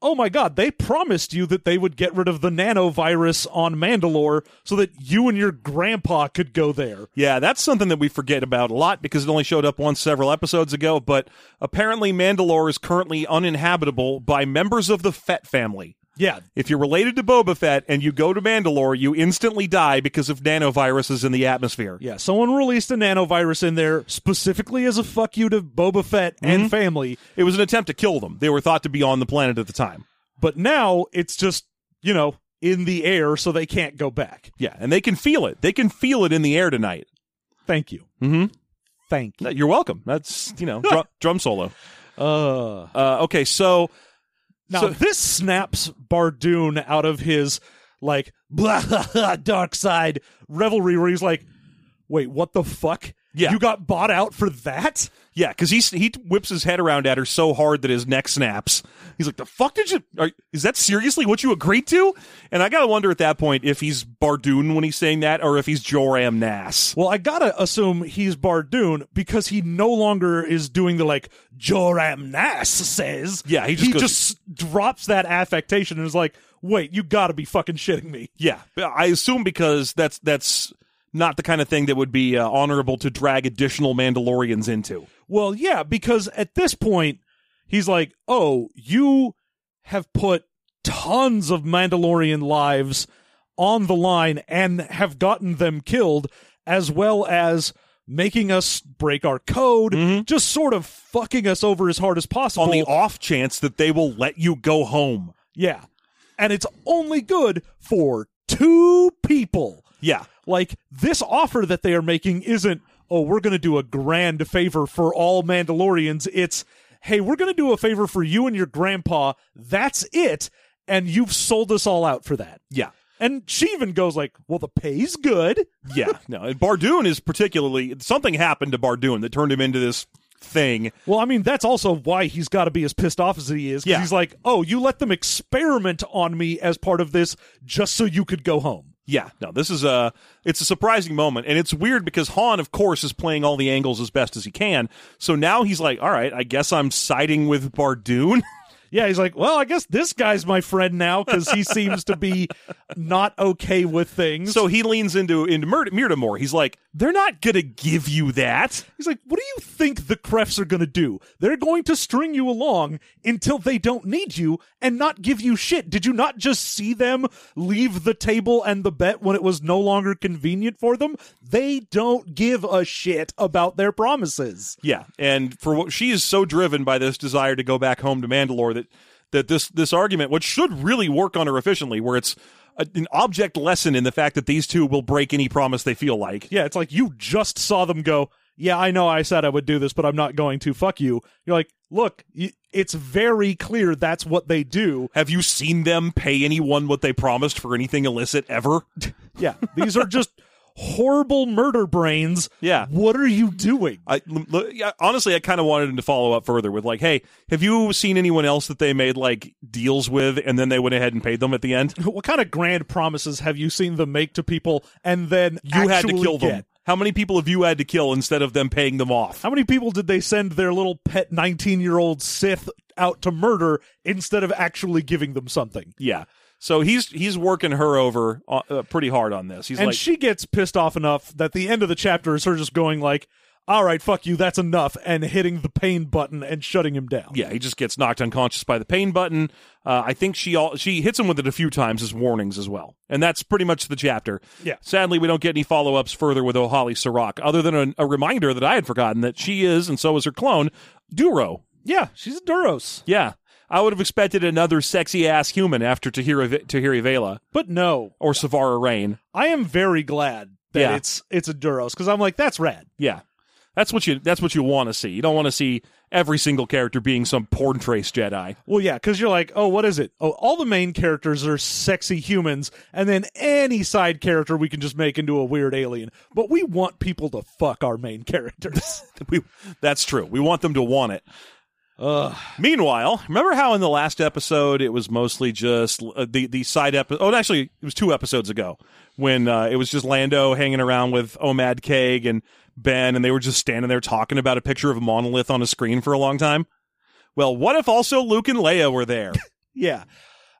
[SPEAKER 3] Oh my god, they promised you that they would get rid of the nanovirus on Mandalore so that you and your grandpa could go there.
[SPEAKER 2] Yeah, that's something that we forget about a lot because it only showed up once several episodes ago. But apparently, Mandalore is currently uninhabitable by members of the Fett family.
[SPEAKER 3] Yeah.
[SPEAKER 2] If you're related to Boba Fett and you go to Mandalore, you instantly die because of nanoviruses in the atmosphere.
[SPEAKER 3] Yeah, someone released a nanovirus in there specifically as a fuck you to Boba Fett and family,
[SPEAKER 2] It was an attempt to kill them. They were thought to be on the planet at the time.
[SPEAKER 3] but now it's just, you know, in the air so they can't go back.
[SPEAKER 2] Yeah, and they can feel it. They can feel it in the air tonight.
[SPEAKER 3] Thank you.
[SPEAKER 2] Mhm.
[SPEAKER 3] Thank you.
[SPEAKER 2] No, You're welcome. That's you know drum, drum solo.
[SPEAKER 3] Uh,
[SPEAKER 2] Uh, okay, so
[SPEAKER 3] now
[SPEAKER 2] So-
[SPEAKER 3] this snaps Bardoon out of his like blah, dark side revelry where he's like, "Wait, what the fuck?
[SPEAKER 2] Yeah.
[SPEAKER 3] You got bought out for that?"
[SPEAKER 2] yeah, because he he whips his head around at her so hard that his neck snaps. He's like, "The fuck did you? Are, is that seriously what you agreed to?" And I gotta wonder at that point if he's Bardoon when he's saying that, or if he's Joram Nass.
[SPEAKER 3] Well, I gotta assume he's Bardoon because he no longer is doing the like Joram Nass says.
[SPEAKER 2] Yeah, he just goes-
[SPEAKER 3] just drops that affectation and is like, "Wait, you gotta be fucking shitting me."
[SPEAKER 2] Yeah, I assume because that's that's not the kind of thing that would be uh, honorable to drag additional Mandalorians into.
[SPEAKER 3] Well, yeah, because at this point, he's like, oh, you have put tons of Mandalorian lives on the line and have gotten them killed, as well as making us break our code, just sort of fucking us over as hard as possible.
[SPEAKER 2] Mm-hmm. On the off chance that they will let you go home.
[SPEAKER 3] yeah. And it's only good for two people.
[SPEAKER 2] Yeah.
[SPEAKER 3] Like, this offer that they are making isn't, oh, we're going to do a grand favor for all Mandalorians. It's, hey, we're going to do a favor for you and your grandpa. That's it. And you've sold us all out for that.
[SPEAKER 2] Yeah.
[SPEAKER 3] And she even goes like, well, the pay's good.
[SPEAKER 2] Yeah. No, and Bardoon is particularly something happened to Bardoon that turned him into this thing.
[SPEAKER 3] Well, I mean, that's also why he's got to be as pissed off as he is. 'cause
[SPEAKER 2] Yeah.
[SPEAKER 3] He's like, oh, you let them experiment on me as part of this just so you could go home.
[SPEAKER 2] Yeah. No, this is a it's a surprising moment and it's weird because Han of course is playing all the angles as best as he can. So now he's like, "All right, I guess I'm siding with Bardoon."
[SPEAKER 3] Yeah, he's like, well, I guess this guy's my friend now because he seems to be not okay with things.
[SPEAKER 2] so he leans into into Mur- Myrdamore. He's like, "They're not going to give you that."
[SPEAKER 3] He's like, what do you think the Krefts are going to do? They're going to string you along until they don't need you and not give you shit. Did you not just see them leave the table and the bet when it was no longer convenient for them? They don't give a shit about their promises.
[SPEAKER 2] Yeah, and for what she is so driven by this desire to go back home to Mandalore that that this this argument, which should really work on her efficiently, where it's a, an object lesson in the fact that these two will break any promise they feel like.
[SPEAKER 3] Yeah, it's like you just saw them go, yeah, I know I said I would do this, but I'm not going to. Fuck you. You're like, look, y- it's very clear that's what they do.
[SPEAKER 2] Have you seen them pay anyone what they promised for anything illicit ever?
[SPEAKER 3] Yeah, these are just horrible murder brains.
[SPEAKER 2] Yeah.
[SPEAKER 3] What are you doing?
[SPEAKER 2] I l- l- yeah, honestly, I kind of wanted him to follow up further with like, "Hey, have you seen anyone else that they made like deals with, and then they went ahead and paid them at the end?
[SPEAKER 3] what kind of grand promises have you seen them make to people and then
[SPEAKER 2] You had to
[SPEAKER 3] actually
[SPEAKER 2] kill them.
[SPEAKER 3] get?
[SPEAKER 2] How many people have you had to kill instead of them paying them off?
[SPEAKER 3] How many people did they send their little pet 19 year old Sith out to murder instead of actually giving them something?
[SPEAKER 2] Yeah. So he's he's working her over uh, uh, pretty hard on this. He's
[SPEAKER 3] and
[SPEAKER 2] like,
[SPEAKER 3] she gets pissed off enough that the end of the chapter is her just going like, all right, fuck you, that's enough, and hitting the pain button and shutting him down.
[SPEAKER 2] yeah, he just gets knocked unconscious by the pain button. Uh, I think she all she hits him with it a few times as warnings as well, and that's pretty much the chapter.
[SPEAKER 3] Yeah.
[SPEAKER 2] Sadly, we don't get any follow ups further with O'Holly Sirach, other than a, a reminder that I had forgotten that she is, and so is her clone, Duro.
[SPEAKER 3] Yeah, she's a Duros.
[SPEAKER 2] Yeah. I would have expected another sexy ass human after Tahira Ve- Tahiri Vela
[SPEAKER 3] But no,
[SPEAKER 2] or Savara Rain.
[SPEAKER 3] I am very glad that
[SPEAKER 2] Yeah.
[SPEAKER 3] it's it's a Duros, because I'm like, that's rad.
[SPEAKER 2] Yeah. That's what you that's what you want to see. You don't want to see every single character being some porn trace Jedi.
[SPEAKER 3] Well, yeah, because you're like, oh, what is it? Oh, all the main characters are sexy humans, and then any side character we can just make into a weird alien. But we want people to fuck our main characters.
[SPEAKER 2] We, that's true. We want them to want it.
[SPEAKER 3] Ugh.
[SPEAKER 2] Meanwhile, remember how in the last episode it was mostly just uh, the the side episode. Oh, actually, it was two episodes ago when uh, it was just Lando hanging around with Omad Keg and Ben, and they were just standing there talking about a picture of a monolith on a screen for a long time. Well, what if also Luke and Leia were there?
[SPEAKER 3] Yeah.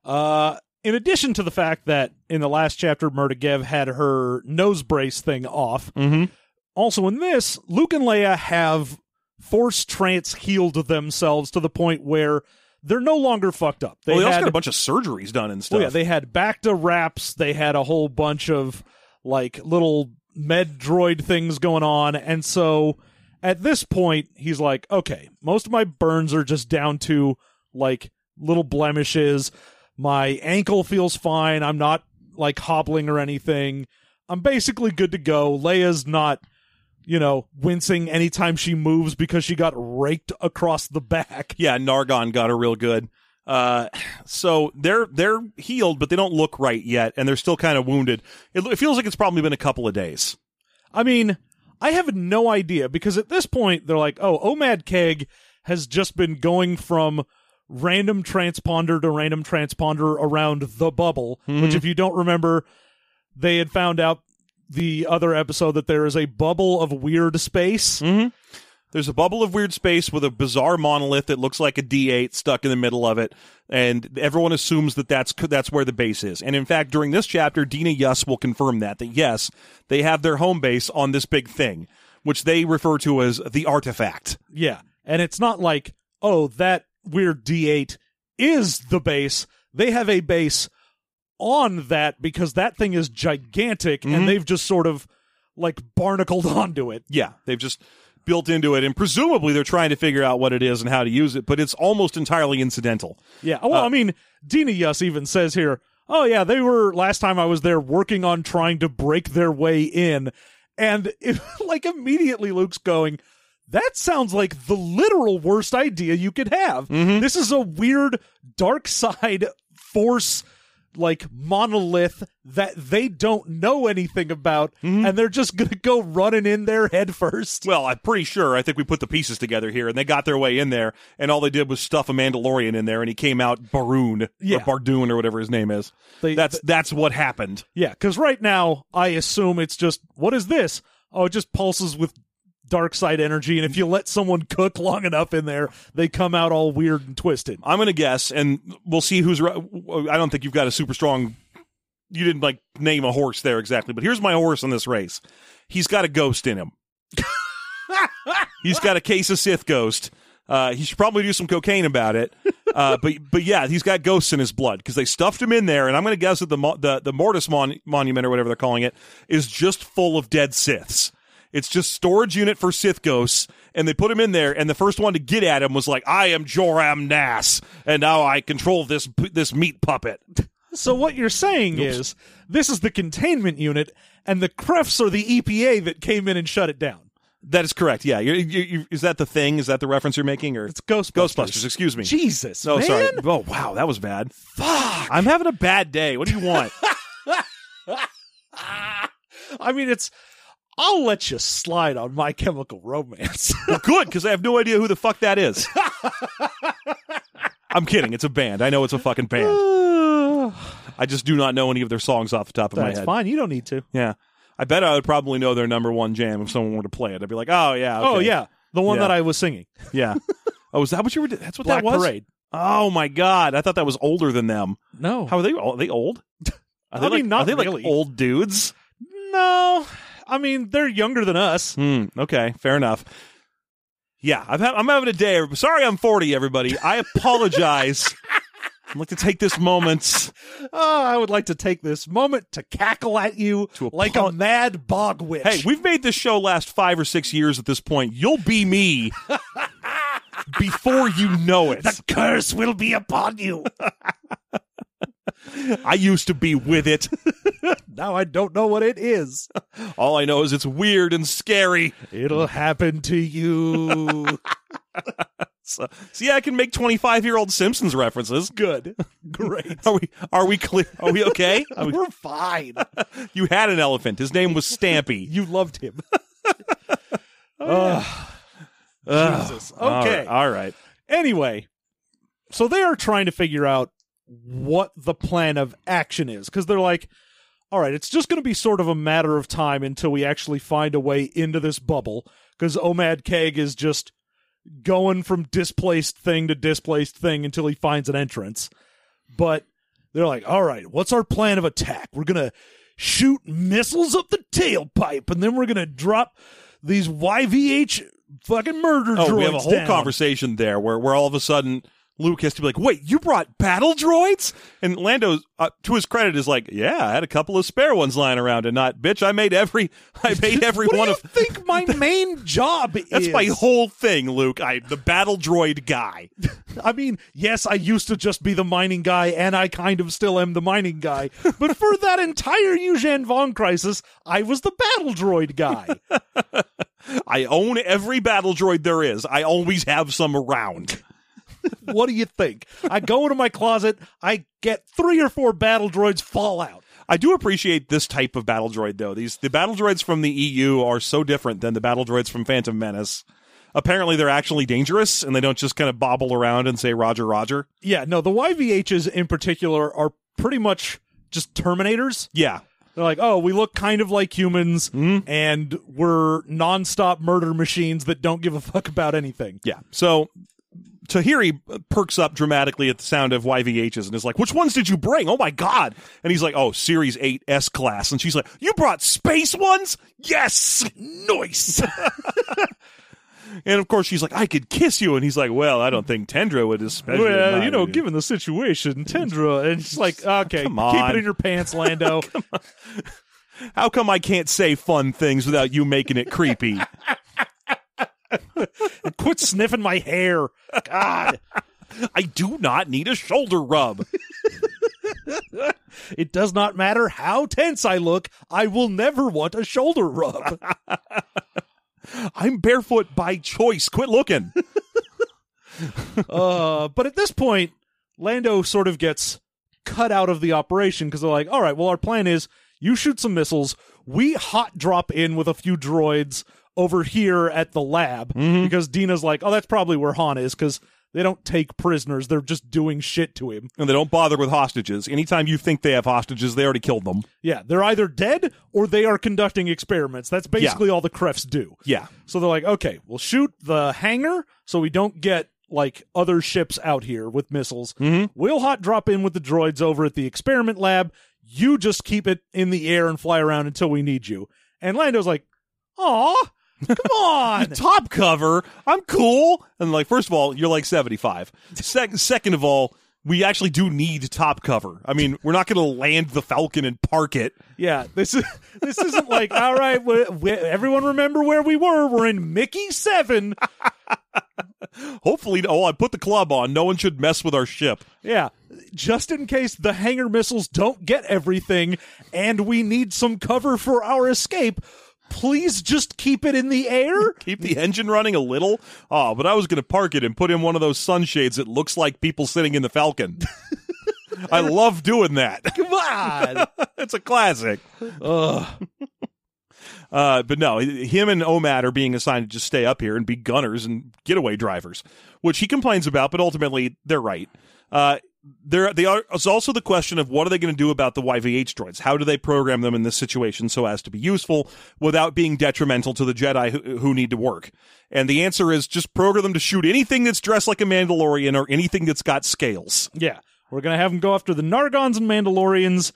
[SPEAKER 3] Uh, in addition to the fact that in the last chapter, Murdagev had her nose brace thing off,
[SPEAKER 2] mm-hmm.
[SPEAKER 3] also in this, Luke and Leia have force trance healed themselves to the point where they're no longer fucked up. They
[SPEAKER 2] Well, they also
[SPEAKER 3] had,
[SPEAKER 2] got a bunch of surgeries done and stuff.
[SPEAKER 3] well, yeah, they had back to wraps. They had a whole bunch of like little med droid things going on, and so at this point, he's like, "Okay, most of my burns are just down to like little blemishes. My ankle feels fine. I'm not like hobbling or anything. I'm basically good to go. Leia's not, you know, wincing anytime she moves because she got raked across the back.
[SPEAKER 2] Yeah, Nargon got her real good. Uh, so they're they're healed, but they don't look right yet, and they're still kind of wounded. It, it feels like it's probably been a couple of days.
[SPEAKER 3] I mean, I have no idea because at this point they're like, oh, Omad Keg has just been going from random transponder to random transponder around the bubble, which, if you don't remember, they had found out the other episode that there is a bubble of weird space.
[SPEAKER 2] There's a bubble of weird space with a bizarre monolith that looks like a D8 stuck in the middle of it, and everyone assumes that that's that's where the base is. And in fact, during this chapter, Dina Yuss will confirm that that yes, they have their home base on this big thing, which they refer to as the artifact.
[SPEAKER 3] Yeah. And it's not like, oh, that weird D8 is the base. They have a base on that because that thing is gigantic and they've just sort of like barnacled onto it.
[SPEAKER 2] Yeah, they've just built into it, and presumably they're trying to figure out what it is and how to use it, but it's almost entirely incidental.
[SPEAKER 3] Yeah.
[SPEAKER 2] Uh,
[SPEAKER 3] Well, I mean, Dina Yuss even says here, oh, yeah, they were last time I was there working on trying to break their way in. And it, like immediately Luke's going, that sounds like the literal worst idea you could have.
[SPEAKER 2] Mm-hmm.
[SPEAKER 3] This is a weird dark side force like monolith that they don't know anything about and they're just going to go running in there head first.
[SPEAKER 2] Mm-hmm. Well, I'm pretty sure. I think we put the pieces together here, and they got their way in there, and all they did was stuff a Mandalorian in there, and he came out Baroon
[SPEAKER 3] Yeah.
[SPEAKER 2] or Bardoon or whatever his name is.
[SPEAKER 3] They-
[SPEAKER 2] that's that's what happened.
[SPEAKER 3] Yeah, because right now I assume it's just what is this? Oh, it just pulses with dark side energy, and if you let someone cook long enough in there, they come out all weird and twisted.
[SPEAKER 2] I'm gonna guess, and we'll see who's. ri- I don't think you've got a super strong. You didn't like name a horse there exactly, but here's my horse in this race. He's got a ghost in him. he's got a case of Sith ghost. Uh, he should probably do some cocaine about it. Uh, but but yeah, he's got ghosts in his blood because they stuffed him in there, and I'm gonna guess that the mo- the the Mortis mon- monument or whatever they're calling it is just full of dead Siths. It's just storage unit for Sith ghosts, and they put him in there. And the first one to get at him was like, "I am Joram Nass, and now I control this p- this meat puppet."
[SPEAKER 3] So what you're saying is this is the containment unit, and the Krefts are the EPA that came in and shut it down.
[SPEAKER 2] That is correct. Yeah, you you you is that the thing? Is that the reference you're making? Or
[SPEAKER 3] It's Ghostbusters.
[SPEAKER 2] Ghostbusters? Excuse me.
[SPEAKER 3] Jesus,
[SPEAKER 2] No,
[SPEAKER 3] man.
[SPEAKER 2] sorry. Oh wow, that was bad. Fuck. I'm having a bad day. What do you want?
[SPEAKER 3] I mean, it's. I'll let you slide on My Chemical Romance.
[SPEAKER 2] well, good because I have no idea who the fuck that is. I'm kidding. It's a band. I know it's a fucking band.
[SPEAKER 3] That's
[SPEAKER 2] I just do not know any of their songs off the top of my head.
[SPEAKER 3] fine. You don't need to.
[SPEAKER 2] Yeah. I bet I would probably know their number one jam if someone were to play it. I'd be like, oh yeah,
[SPEAKER 3] Oh
[SPEAKER 2] okay.
[SPEAKER 3] yeah, the one
[SPEAKER 2] Yeah.
[SPEAKER 3] that I was singing,
[SPEAKER 2] yeah. Oh, is that what you were? do- That's what
[SPEAKER 3] Black
[SPEAKER 2] that was.
[SPEAKER 3] Parade.
[SPEAKER 2] Oh my god, I thought that was older than them.
[SPEAKER 3] No,
[SPEAKER 2] How are they? Are they old? Are they
[SPEAKER 3] I mean,
[SPEAKER 2] like,
[SPEAKER 3] not
[SPEAKER 2] are they
[SPEAKER 3] really.
[SPEAKER 2] like old dudes?
[SPEAKER 3] No, I mean they're younger than us.
[SPEAKER 2] Hmm. Okay, fair enough. Yeah, I've had, I'm having a day. Sorry, I'm 40. Everybody, I apologize. I'd like to take this moment.
[SPEAKER 3] Oh, I would like to take this moment to cackle at you
[SPEAKER 2] To
[SPEAKER 3] like
[SPEAKER 2] apo-
[SPEAKER 3] a mad bog witch.
[SPEAKER 2] Hey, we've made this show last five or six years. At this point, you'll be me before you know it.
[SPEAKER 3] the curse will be upon you.
[SPEAKER 2] I used to be with it.
[SPEAKER 3] now I don't know what it is.
[SPEAKER 2] All I know is it's weird and scary.
[SPEAKER 3] It'll happen to you.
[SPEAKER 2] So, see, I can make 25 year old Simpsons references.
[SPEAKER 3] Good, great.
[SPEAKER 2] Are we are we clear? Are we okay? Are we-
[SPEAKER 3] We're fine.
[SPEAKER 2] you had an elephant. His name was Stampy.
[SPEAKER 3] You loved him. Ah.
[SPEAKER 2] Ugh.
[SPEAKER 3] Jesus.
[SPEAKER 2] All right,
[SPEAKER 3] Okay.
[SPEAKER 2] All right.
[SPEAKER 3] Anyway, so they are trying to figure out what the plan of action is because they're like, all right, it's just going to be sort of a matter of time until we actually find a way into this bubble because Omad Keg is just going from displaced thing to displaced thing until he finds an entrance. But they're like, all right, what's our plan of attack? We're going to shoot missiles up the tailpipe and then we're going to drop these YVH fucking murder
[SPEAKER 2] Oh, we
[SPEAKER 3] droids
[SPEAKER 2] Oh, have a whole
[SPEAKER 3] down."
[SPEAKER 2] conversation there where, where all of a sudden, Luke has to be like, "Wait, you brought battle droids?" And Lando, uh, to his credit, is like, "Yeah, I had a couple of spare ones lying around, and not, bitch, I made every, I made every
[SPEAKER 3] what
[SPEAKER 2] one
[SPEAKER 3] do you
[SPEAKER 2] of."
[SPEAKER 3] think my main job is?
[SPEAKER 2] That's my whole thing, Luke. I the battle droid guy.
[SPEAKER 3] I mean, yes, I used to just be the mining guy, and I kind of still am the mining guy. But for that entire Eugene Vaughn crisis, I was the battle droid guy.
[SPEAKER 2] I own every battle droid there is. I always have some around.
[SPEAKER 3] what do you think? I go into my closet, I get three or four battle droids Fallout.
[SPEAKER 2] I do appreciate this type of battle droid though. These the battle droids from the EU are so different than the battle droids from Phantom Menace. Apparently they're actually dangerous and they don't just kind of bobble around and say Roger Roger.
[SPEAKER 3] Yeah, no, the YVHs in particular are pretty much just Terminators.
[SPEAKER 2] Yeah.
[SPEAKER 3] They're like, oh, we look kind of like humans,
[SPEAKER 2] Mm-hmm.
[SPEAKER 3] and we're nonstop murder machines that don't give a fuck about anything.
[SPEAKER 2] Yeah. So Tahiri perks up dramatically at the sound of YVHs and is like, "Which ones did you bring? Oh my god!" And he's like, "Oh, Series Eight S class." And she's like, "You brought space ones? Yes, nice." and of course, she's like, "I could kiss you," and he's like, "Well, I don't think Tendra would especially."
[SPEAKER 3] Well,
[SPEAKER 2] admire
[SPEAKER 3] you know, given the situation, Tendra, and it's like, okay,
[SPEAKER 2] Come
[SPEAKER 3] keep
[SPEAKER 2] on.
[SPEAKER 3] it in your pants, Lando.
[SPEAKER 2] how come I can't say fun things without you making it creepy?"
[SPEAKER 3] Quit sniffing my hair. God,
[SPEAKER 2] I do not need a shoulder rub.
[SPEAKER 3] it does not matter how tense I look. I will never want a shoulder rub.
[SPEAKER 2] I'm barefoot by choice. Quit looking.
[SPEAKER 3] uh, but at this point, Lando sort of gets cut out of the operation because they're like, all right, well, our plan is you shoot some missiles, we hot drop in with a few droids over here at the lab
[SPEAKER 2] Mm-hmm.
[SPEAKER 3] because Dina's like, oh, that's probably where Han is because they don't take prisoners; they're just doing shit to him.
[SPEAKER 2] And they don't bother with hostages. Anytime you think they have hostages, they already killed them.
[SPEAKER 3] Yeah, they're either dead or they are conducting experiments. That's basically all the Krefts do.
[SPEAKER 2] Yeah.
[SPEAKER 3] So they're like, okay, we'll shoot the hangar so we don't get like other ships out here with missiles. We'll hot drop in with the droids over at the experiment lab. You just keep it in the air and fly around until we need you. And Lando's like, aw, come on.
[SPEAKER 2] top cover. I'm cool. And like, first of all, you're like 75. Sec- second of all, we actually do need top cover. I mean, we're not going to land the Falcon and park it.
[SPEAKER 3] yeah, this is this isn't like all right. We, we, everyone remember where we were? We're in Mickey Seven.
[SPEAKER 2] Hopefully, oh, I put the club on. No one should mess with our ship.
[SPEAKER 3] Yeah, just in case the hanger missiles don't get everything and we need some cover for our escape, please just keep it in the air.
[SPEAKER 2] Keep the engine running a little. Oh, but I was going to park it and put in one of those sunshades that looks like people sitting in the Falcon. I love doing that.
[SPEAKER 3] Come on.
[SPEAKER 2] it's a classic. Uh, but no, him and Omad are being assigned to just stay up here and be gunners and getaway drivers, which he complains about, but ultimately they're right. Uh, there, they are. It's also the question of what are they going to do about the YVH droids? How do they program them in this situation so as to be useful without being detrimental to the Jedi who, who need to work? And the answer is just program them to shoot anything that's dressed like a Mandalorian or anything that's got scales.
[SPEAKER 3] yeah, we're going to have them go after the Nargons and Mandalorians.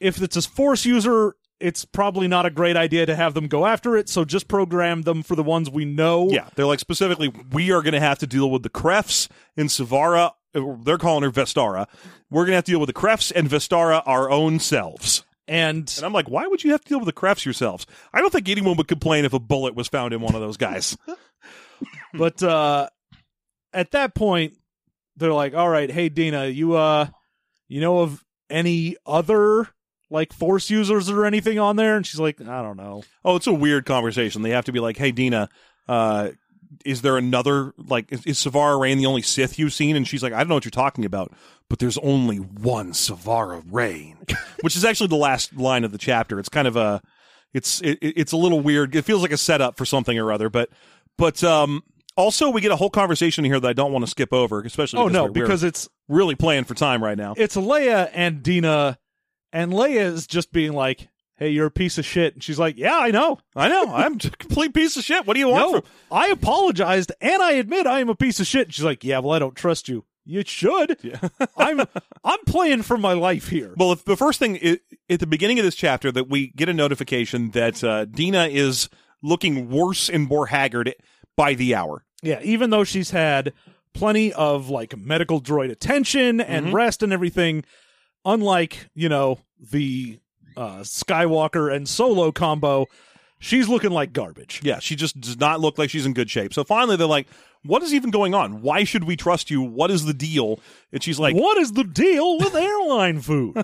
[SPEAKER 3] If it's a Force user, it's probably not a great idea to have them go after it, so just program them for the ones we know.
[SPEAKER 2] Yeah, they're like specifically, we are going to have to deal with the Krefts and Savara. They're calling her Vestara. We're going to have to deal with the Krefts and Vestara our own selves.
[SPEAKER 3] And
[SPEAKER 2] And I'm like, why would you have to deal with the Krefts yourselves? I don't think anyone would complain if a bullet was found in one of those guys.
[SPEAKER 3] but uh at that point they're like all right hey dina you uh you know of any other like force users or anything on there and she's like i don't know
[SPEAKER 2] oh, it's a weird conversation. They have to be like, hey, Dina, uh, is there another, like, is, is Savara Rain the only Sith you've seen? And she's like, I don't know what you're talking about, but there's only one Savara Rain, which is actually the last line of the chapter. It's kind of a, it's, it, it- it's a little weird. It feels like a setup for something or other, but, but, um, also we get a whole conversation here that I don't want to skip over, especially
[SPEAKER 3] oh no
[SPEAKER 2] we're- we're
[SPEAKER 3] because it's
[SPEAKER 2] really playing for time right now.
[SPEAKER 3] it's leia and dina and leia is just being like hey you're a piece of shit and she's like yeah i know
[SPEAKER 2] I know I'm a complete piece of shit. What do you want?
[SPEAKER 3] no
[SPEAKER 2] from-
[SPEAKER 3] i apologized and i admit i am a piece of shit and she's like yeah well i don't trust you you should i'm i'm playing for my life here
[SPEAKER 2] Well, if the first thing i at the beginning of this chapter that we get a notification that uh, Dina is looking worse and more haggard by the hour.
[SPEAKER 3] Yeah, even though she's had plenty of like medical droid attention and
[SPEAKER 2] Mm-hmm.
[SPEAKER 3] rest and everything, unlike, you know, the uh, Skywalker and Solo combo. She's looking like garbage.
[SPEAKER 2] Yeah, she just does not look like she's in good shape. So finally, they're like, "What is even going on? Why should we trust you? What is the deal?" And she's like,
[SPEAKER 3] What is the deal with airline food?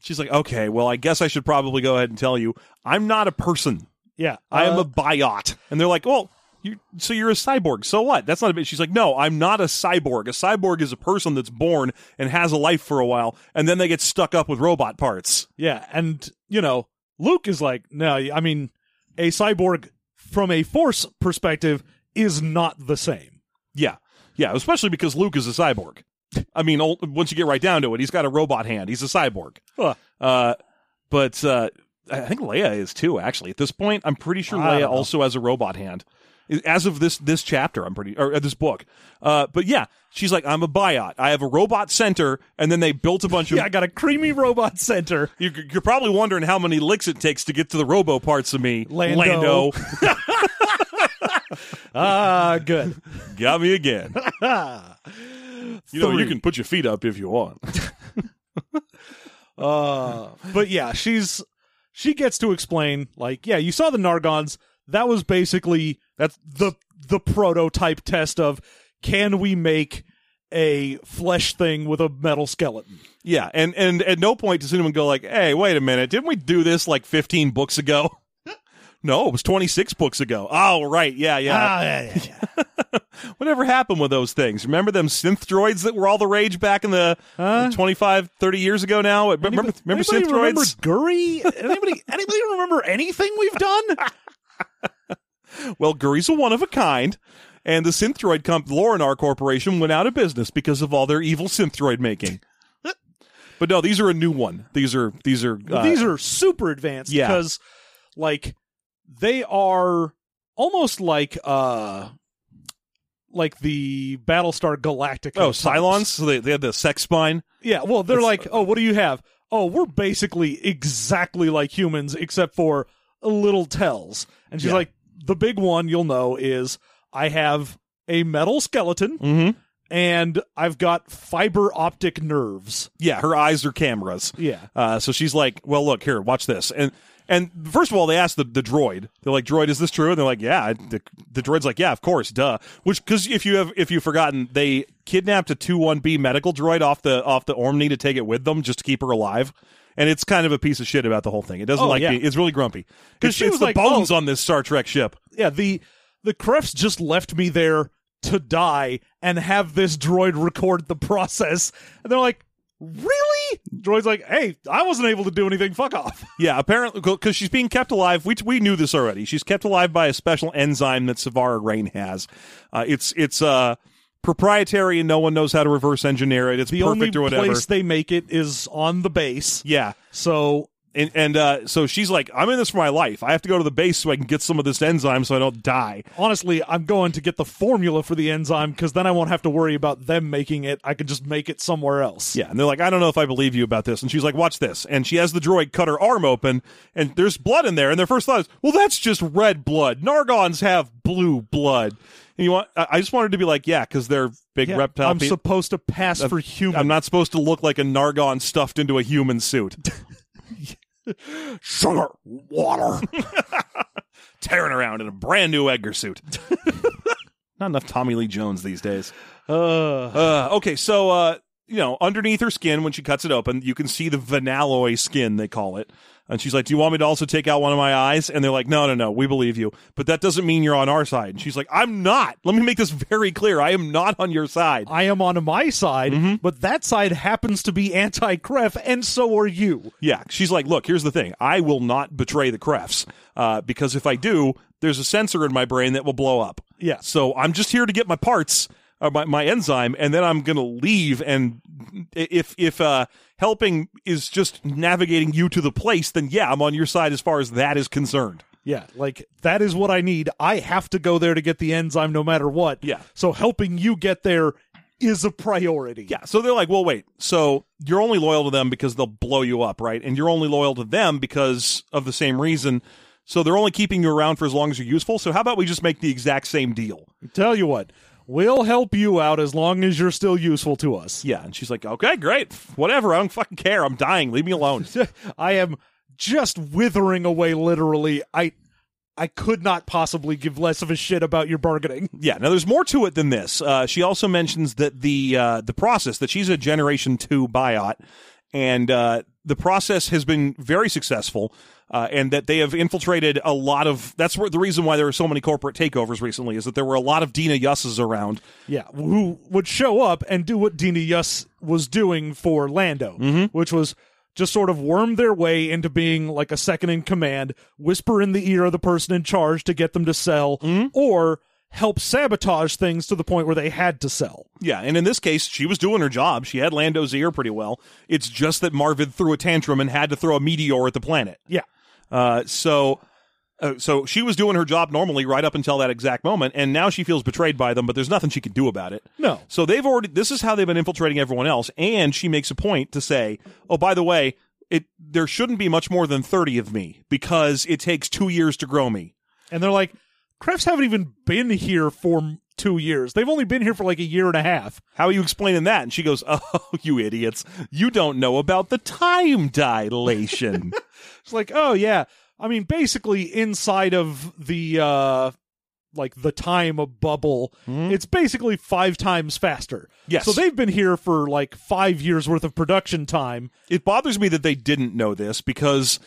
[SPEAKER 2] "She's like, okay, well, I guess I should probably go ahead and tell you, I'm not a person.
[SPEAKER 3] Yeah,
[SPEAKER 2] I am
[SPEAKER 3] uh,
[SPEAKER 2] a biot." And they're like, "Well." You, so you're a cyborg. So what? That's not a bit. She's like, no, I'm not a cyborg. A cyborg is a person that's born and has a life for a while, and then they get stuck up with robot parts.
[SPEAKER 3] Yeah, and you know, Luke is like, no, I mean, a cyborg from a force perspective is not the same.
[SPEAKER 2] Yeah, yeah. Especially because Luke is a cyborg. I mean, ul- once you get right down to it, he's got a robot hand. He's a cyborg.
[SPEAKER 3] Huh.
[SPEAKER 2] Uh, but uh, I think Leia is too. Actually, at this point, I'm pretty sure
[SPEAKER 3] I
[SPEAKER 2] Leia
[SPEAKER 3] don't know.
[SPEAKER 2] also has a robot hand. As of this this chapter, I'm pretty or uh, this book. Uh, but yeah, she's like, I'm a biot. I have a robot center, and then they built a bunch of.
[SPEAKER 3] Yeah, I got a creamy robot center.
[SPEAKER 2] You're, you're probably wondering how many licks it takes to get to the robo parts of me,
[SPEAKER 3] Lando. Ah, good.
[SPEAKER 2] got me again. You know, you can put your feet up if you want.
[SPEAKER 3] Uh, but yeah, she's she gets to explain like, yeah, you saw the Nargons. That was basically that's the the prototype test of can we make a flesh thing with a metal skeleton?
[SPEAKER 2] Yeah, and and at no point does anyone go like, "Hey, wait a minute, didn't we do this like 15 books ago?" no, it was 26 books ago. Oh, right, yeah, yeah.
[SPEAKER 3] Ah, yeah, yeah, yeah.
[SPEAKER 2] Whatever happened with those things? Remember them synth droids that were all the rage back in the
[SPEAKER 3] Huh?
[SPEAKER 2] 25, 30 years ago now? Remember, remember synth
[SPEAKER 3] anybody remember
[SPEAKER 2] droids?
[SPEAKER 3] Guri? anybody anybody remember anything we've done?
[SPEAKER 2] Well, Guri's a one of a kind. And the Synthroid comp Lorinar Corporation went out of business because of all their evil Synthroid making. but no, these are a new one. These are these are uh,
[SPEAKER 3] These are super advanced
[SPEAKER 2] yeah.
[SPEAKER 3] because like they are almost like uh like the Battlestar Galactica.
[SPEAKER 2] oh
[SPEAKER 3] types.
[SPEAKER 2] Cylons. So they they had the sex spine.
[SPEAKER 3] Yeah, well they're
[SPEAKER 2] That's-
[SPEAKER 3] like, "Oh, what do you have?" "Oh, we're basically exactly like humans except for little tells." And she's
[SPEAKER 2] Yeah.
[SPEAKER 3] like, "The big one you'll know is I have a metal skeleton
[SPEAKER 2] Mm-hmm.
[SPEAKER 3] and I've got fiber optic nerves."
[SPEAKER 2] Yeah, her eyes are cameras.
[SPEAKER 3] Yeah.
[SPEAKER 2] Uh, so she's like, "Well, look here, watch this." And and first of all, they asked the, the droid. They're like, "Droid, is this true?" And they're like, "Yeah." The, the droid's like, "Yeah, of course, duh." Which because if you have if you've forgotten, they kidnapped a two one B medical droid off the off the Omni to take it with them just to keep her alive. And it's kind of a piece of shit about the whole thing. It doesn't
[SPEAKER 3] Oh,
[SPEAKER 2] like
[SPEAKER 3] yeah.
[SPEAKER 2] being- it's really grumpy
[SPEAKER 3] 'Cause
[SPEAKER 2] It's-
[SPEAKER 3] she
[SPEAKER 2] it's
[SPEAKER 3] was
[SPEAKER 2] the
[SPEAKER 3] like, oh.
[SPEAKER 2] bones on this Star Trek ship.
[SPEAKER 3] yeah the the crefts just left me there to die and have this droid record the process and they're like really droid's like hey i wasn't able to do anything fuck off
[SPEAKER 2] Yeah, apparently because she's being kept alive. We we knew this already. She's kept alive by a special enzyme that Savara Rain has. Uh, it's it's uh, proprietary and no one knows how to reverse engineer it. It's
[SPEAKER 3] the
[SPEAKER 2] perfect
[SPEAKER 3] only
[SPEAKER 2] or whatever.
[SPEAKER 3] place they make it is on the base
[SPEAKER 2] yeah,
[SPEAKER 3] so
[SPEAKER 2] and and uh, so she's like, I'm in this for my life. I have to go to the base so I can get some of this enzyme so I don't die.
[SPEAKER 3] honestly i'm going to get the formula for the enzyme because then i won't have to worry about them making it i could just make it somewhere else
[SPEAKER 2] Yeah, and they're like, I don't know if I believe you about this. And she's like, Watch this. And she has the droid cut her arm open, and there's blood in there. And their first thought is, Well, that's just red blood. Nargons have blue blood. And you want? I I just wanted to be like, Yeah, because they're big
[SPEAKER 3] Yeah,
[SPEAKER 2] reptile.
[SPEAKER 3] i'm
[SPEAKER 2] pe-
[SPEAKER 3] supposed to pass for human
[SPEAKER 2] I'm not supposed to look like a Nargon stuffed into a human suit.
[SPEAKER 3] sugar water
[SPEAKER 2] Tearing around in a brand new Edgar suit. Not enough Tommy Lee Jones these days.
[SPEAKER 3] uh,
[SPEAKER 2] Uh, okay, so, uh, you know, underneath her skin, when she cuts it open, you can see the vanalloy skin, they call it. And she's like, Do you want me to also take out one of my eyes? And they're like, No, no, no, we believe you. But that doesn't mean you're on our side. And she's like, I'm not. Let me make this very clear. I am not on your side.
[SPEAKER 3] I am on my side,
[SPEAKER 2] Mm-hmm.
[SPEAKER 3] but that side happens to be anti Kref, and so are you.
[SPEAKER 2] Yeah, she's like, look, here's the thing. I will not betray the Crefts uh, because if I do, there's a sensor in my brain that will blow up.
[SPEAKER 3] Yeah.
[SPEAKER 2] So I'm just here to get my parts, uh, my, my enzyme, and then I'm gonna leave. And if if uh, helping is just navigating you to the place, then yeah, I'm on your side as far as that is concerned.
[SPEAKER 3] Yeah, like that is what I need. I have to go there to get the enzyme no matter what.
[SPEAKER 2] Yeah.
[SPEAKER 3] So helping you get there is a priority.
[SPEAKER 2] Yeah. So they're like, well, wait. So you're only loyal to them because they'll blow you up, right? And you're only loyal to them because of the same reason. So they're only keeping you around for as long as you're useful. So how about we just make the exact same deal?
[SPEAKER 3] Tell you what, We'll help you out as long as you're still useful to us.
[SPEAKER 2] Yeah, and she's like, okay, great, whatever. I don't fucking care. I'm dying. Leave me alone.
[SPEAKER 3] I am just withering away literally. I I could not possibly give less of a shit about your bargaining.
[SPEAKER 2] Yeah. Now, there's more to it than this. Uh, she also mentions that the uh, the process that she's a Generation Two biot, and uh, the process has been very successful, uh, and that they have infiltrated a lot of. That's where the reason why there were so many corporate takeovers recently is that there were a lot of Dina Yusses around.
[SPEAKER 3] Yeah, who would show up and do what Dina Yuss was doing for Lando, which was just sort of worm their way into being like a second in command, whisper in the ear of the person in charge to get them to sell, or help sabotage things to the point where they had to sell.
[SPEAKER 2] Yeah, and in this case, she was doing her job. She had Lando's ear pretty well. It's just that Marvin threw a tantrum and had to throw a meteor at the planet.
[SPEAKER 3] Yeah.
[SPEAKER 2] Uh, so, uh, so she was doing her job normally right up until that exact moment, and now she feels betrayed by them. But there's nothing she can do about it.
[SPEAKER 3] No.
[SPEAKER 2] So they've already. This is how they've been infiltrating everyone else, and she makes a point to say, "Oh, by the way, it there shouldn't be much more than thirty of me because it takes two years to grow me."
[SPEAKER 3] And they're like, Crefts haven't even been here for m- two years. They've only been here for like a year and a half.
[SPEAKER 2] How are you explaining that? And she goes, "Oh, you idiots! You don't know about the time dilation."
[SPEAKER 3] It's like, oh yeah. I mean, basically inside of the uh like the time of bubble, it's basically five times faster.
[SPEAKER 2] Yes.
[SPEAKER 3] So they've been here for like five years worth of production time.
[SPEAKER 2] it bothers me that they didn't know this because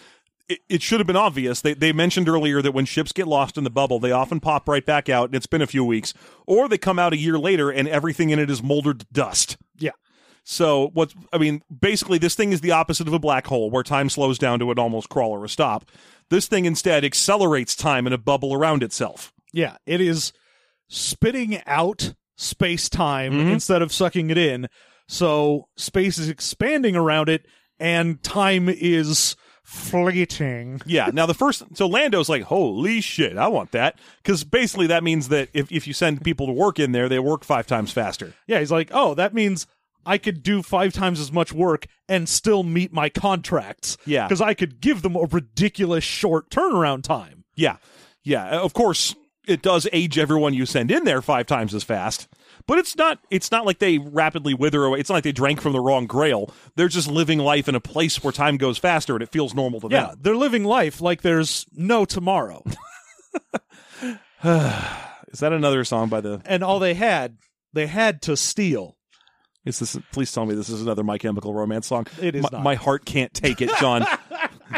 [SPEAKER 2] it, it should have been obvious. They, they mentioned earlier that when ships get lost in the bubble, they often pop right back out, and it's been a few weeks, or they come out a year later and everything in it is molded to dust.
[SPEAKER 3] Yeah.
[SPEAKER 2] So what's I mean, basically this thing is the opposite of a black hole where time slows down to an almost crawl or a stop. This thing instead accelerates time in a bubble around itself.
[SPEAKER 3] Yeah. It is spitting out space time instead of sucking it in. So space is expanding around it and time is fleeting.
[SPEAKER 2] Yeah. Now the first, so Lando's like, holy shit, I want that. Cause basically that means that if, if you send people to work in there, they work five times faster.
[SPEAKER 3] Yeah, he's like, oh, that means I could do five times as much work and still meet my contracts.
[SPEAKER 2] Yeah.
[SPEAKER 3] Because I could give them a ridiculous short turnaround time.
[SPEAKER 2] Yeah. Yeah. Of course, it does age everyone you send in there five times as fast. But it's not it's not like they rapidly wither away. It's not like they drank from the wrong grail. They're just living life in a place where time goes faster and it feels normal to
[SPEAKER 3] Yeah,
[SPEAKER 2] them.
[SPEAKER 3] they're living life like there's no tomorrow.
[SPEAKER 2] Is that another song by the
[SPEAKER 3] and all they had, they had to steal.
[SPEAKER 2] is this please tell me this is another My Chemical Romance song?
[SPEAKER 3] It is
[SPEAKER 2] my,
[SPEAKER 3] not.
[SPEAKER 2] my heart can't take it, John.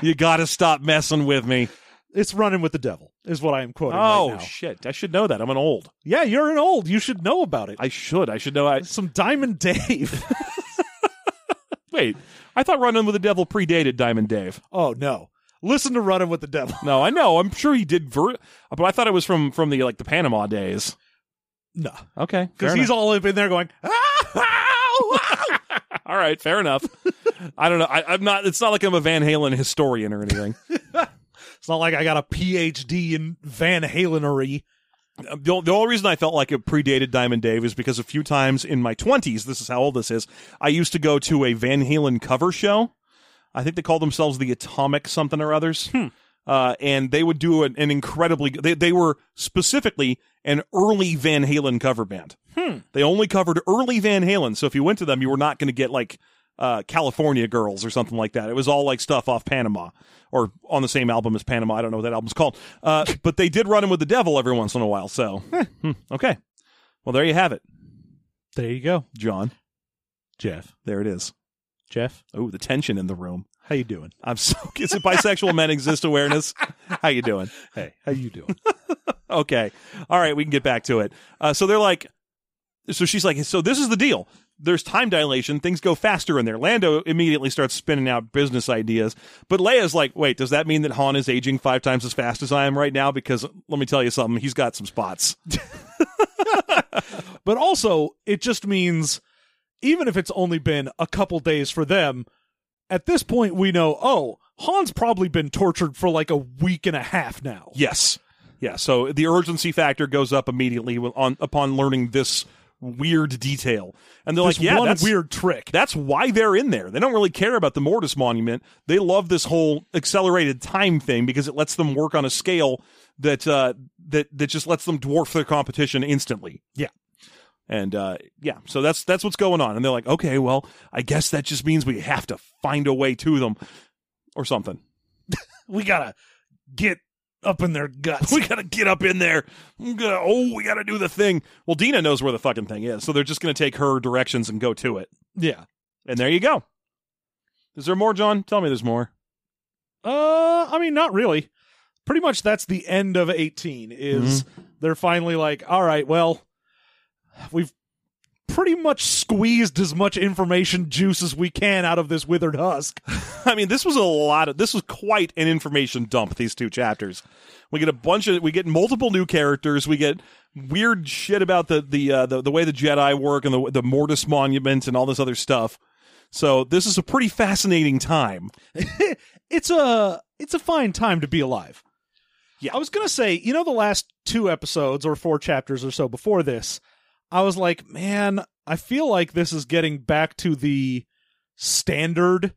[SPEAKER 2] you gotta stop messing with me.
[SPEAKER 3] It's running with the devil, is what I am quoting.
[SPEAKER 2] Oh
[SPEAKER 3] right now.
[SPEAKER 2] shit. I should know that. I'm an old.
[SPEAKER 3] yeah, you're an old. You should know about it.
[SPEAKER 2] I should. I should know I
[SPEAKER 3] Some Diamond Dave.
[SPEAKER 2] wait. I thought Running with the Devil predated Diamond Dave.
[SPEAKER 3] oh no, listen to Running with the Devil.
[SPEAKER 2] No, I know. I'm sure he did, ver- but I thought it was from from the like the Panama days.
[SPEAKER 3] No,
[SPEAKER 2] Okay,
[SPEAKER 3] because he's all up in there going. "Ah!"
[SPEAKER 2] all right. Fair enough. I don't know. I, I'm not. It's not like I'm a Van Halen historian or anything.
[SPEAKER 3] It's not like I got a PhD in Van Halenery.
[SPEAKER 2] the, o- the only reason I felt like it predated Diamond Dave is because a few times in my 20s, this is how old this is, I used to go to a Van Halen cover show. I think they called themselves the Atomic something or others. Uh, and they would do an, an incredibly, they, they were specifically an early Van Halen cover band. They only covered early Van Halen. So if you went to them, you were not going to get like uh, California Girls or something like that. It was all like stuff off Panama or on the same album as Panama. I don't know what that album's called. Uh, but they did run him with the devil every once in a while. So, Hmm. okay. Well, there you have it,
[SPEAKER 3] There you go,
[SPEAKER 2] John.
[SPEAKER 3] Jeff.
[SPEAKER 2] There it is.
[SPEAKER 3] Jeff,
[SPEAKER 2] Oh, the tension in the room.
[SPEAKER 3] how you doing?
[SPEAKER 2] I'm so. Is it bisexual men exist awareness? How you doing?
[SPEAKER 3] Hey, how you doing?
[SPEAKER 2] okay. All right, we can get back to it. Uh, so they're like, so she's like, so this is the deal. There's time dilation. Things go faster in there. Lando immediately starts spinning out business ideas. But Leia's like, wait, does that mean that Han is aging five times as fast as I am right now? Because let me tell you something, he's got some spots.
[SPEAKER 3] but also, it just means even if it's only been a couple days for them, at this point we know, oh, Han's probably been tortured for like a week and a half now.
[SPEAKER 2] Yes. Yeah. So the urgency factor goes up immediately when- on upon learning this weird detail. And they're
[SPEAKER 3] This
[SPEAKER 2] like, yeah,
[SPEAKER 3] one
[SPEAKER 2] that's,
[SPEAKER 3] weird trick.
[SPEAKER 2] That's why they're in there. They don't really care about the Mortis Monument. They love this whole accelerated time thing because it lets them work on a scale that uh, that that just lets them dwarf their competition instantly.
[SPEAKER 3] Yeah.
[SPEAKER 2] And uh, yeah, so that's that's what's going on. And they're like, okay, well, I guess that just means we have to find a way to them, or something.
[SPEAKER 3] We gotta get up in their guts.
[SPEAKER 2] We gotta get up in there. We gotta- oh, we gotta do the thing. Well, Dina knows where the fucking thing is, so they're just gonna take her directions and go to it.
[SPEAKER 3] yeah.
[SPEAKER 2] And there you go. Is there more, John? Tell me there's more.
[SPEAKER 3] Uh, I mean, not really. Pretty much that's the end of 18 is they're finally like, all right, well, we've pretty much squeezed as much information juice as we can out of this withered husk.
[SPEAKER 2] I mean, this was a lot of this was quite an information dump. These two chapters, we get a bunch of we get multiple new characters. We get weird shit about the the uh, the, the way the Jedi work and the the Mortis monument and all this other stuff. So this is a pretty fascinating time.
[SPEAKER 3] it's a it's a fine time to be alive.
[SPEAKER 2] Yeah.
[SPEAKER 3] I was gonna say, you know, the last two episodes or four chapters or so before this, I was like, man, I feel like this is getting back to the standard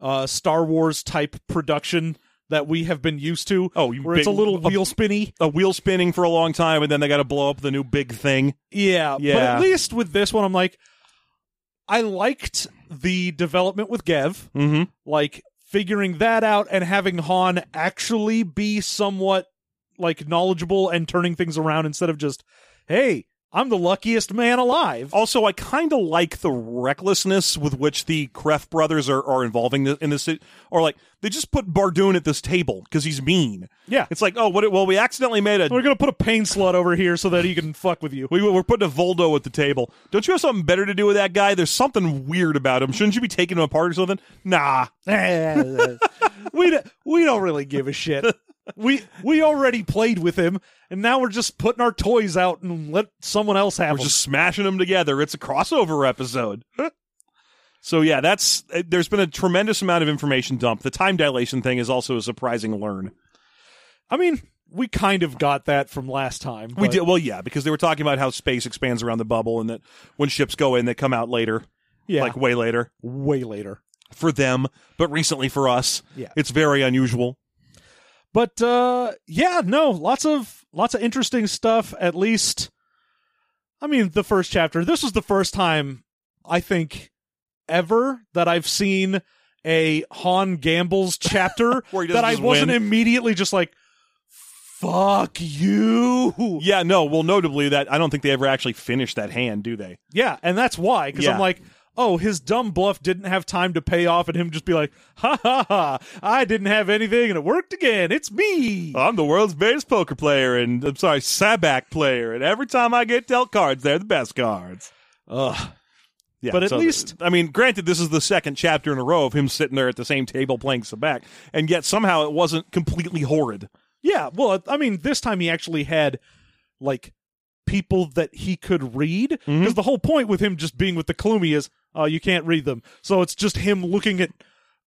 [SPEAKER 3] uh, Star Wars type production that we have been used to.
[SPEAKER 2] Oh, you
[SPEAKER 3] where it's a
[SPEAKER 2] big-
[SPEAKER 3] little
[SPEAKER 2] a-
[SPEAKER 3] wheel spinny.
[SPEAKER 2] A wheel spinning for a long time, and then they got to blow up the new big thing.
[SPEAKER 3] Yeah, But
[SPEAKER 2] Yeah.
[SPEAKER 3] at least with this one, I'm like, I liked the development with Gev.
[SPEAKER 2] Mm-hmm.
[SPEAKER 3] like figuring that out and having Han actually be somewhat like knowledgeable and turning things around instead of just, hey, I'm the luckiest man alive.
[SPEAKER 2] Also, I kind of like the recklessness with which the Kreft brothers are, are involving this, in this. Or like they just put Bardoon at this table because he's mean.
[SPEAKER 3] Yeah.
[SPEAKER 2] It's like, oh, what? Well, we accidentally made a
[SPEAKER 3] We're gonna put a pain slut over here so that he can fuck with you.
[SPEAKER 2] We, we're putting a Voldo at the table. Don't you have something better to do with that guy? There's something weird about him. Shouldn't you be taking him apart or something? Nah.
[SPEAKER 3] we d- we don't really give a shit. We we already played with him, and now we're just putting our toys out and let someone else have
[SPEAKER 2] We're
[SPEAKER 3] them.
[SPEAKER 2] just smashing them together. It's a crossover episode. so, yeah, that's. uh, There's been a tremendous amount of information dump. The time dilation thing is also a surprising learn.
[SPEAKER 3] I mean, we kind of got that from last time.
[SPEAKER 2] We
[SPEAKER 3] but-
[SPEAKER 2] did. Well, yeah, because they were talking about how space expands around the bubble and that when ships go in, they come out later,
[SPEAKER 3] yeah,
[SPEAKER 2] like way later
[SPEAKER 3] way later.
[SPEAKER 2] for them, but recently for us.
[SPEAKER 3] Yeah.
[SPEAKER 2] It's very unusual.
[SPEAKER 3] but uh yeah no lots of lots of interesting stuff at least i mean the first chapter this was the first time i think ever that i've seen a han gambles chapter
[SPEAKER 2] Where he doesn't
[SPEAKER 3] that i
[SPEAKER 2] just
[SPEAKER 3] wasn't
[SPEAKER 2] win.
[SPEAKER 3] immediately just like fuck you yeah,
[SPEAKER 2] Yeah, no. Well, notably, that I don't think they ever actually finished that hand, do they?
[SPEAKER 3] and that's why because
[SPEAKER 2] Yeah.
[SPEAKER 3] i'm like Oh, his dumb bluff didn't have time to pay off, and him just be like, "Ha ha ha! I didn't have anything, and it worked again. It's me."
[SPEAKER 2] I'm the world's best poker player, and I'm sorry, Sabak player, and every time I get dealt cards, they're the best cards.
[SPEAKER 3] Ugh.
[SPEAKER 2] Yeah,
[SPEAKER 3] But at
[SPEAKER 2] so-
[SPEAKER 3] least-
[SPEAKER 2] I mean, granted, this is the second chapter in a row of him sitting there at the same table playing Sabak, and yet somehow it wasn't completely horrid.
[SPEAKER 3] Yeah, well, I mean, this time he actually had like people that he could read because
[SPEAKER 2] Mm-hmm.
[SPEAKER 3] the whole point with him just being with the Kalumi is uh, you can't read them, so it's just him looking at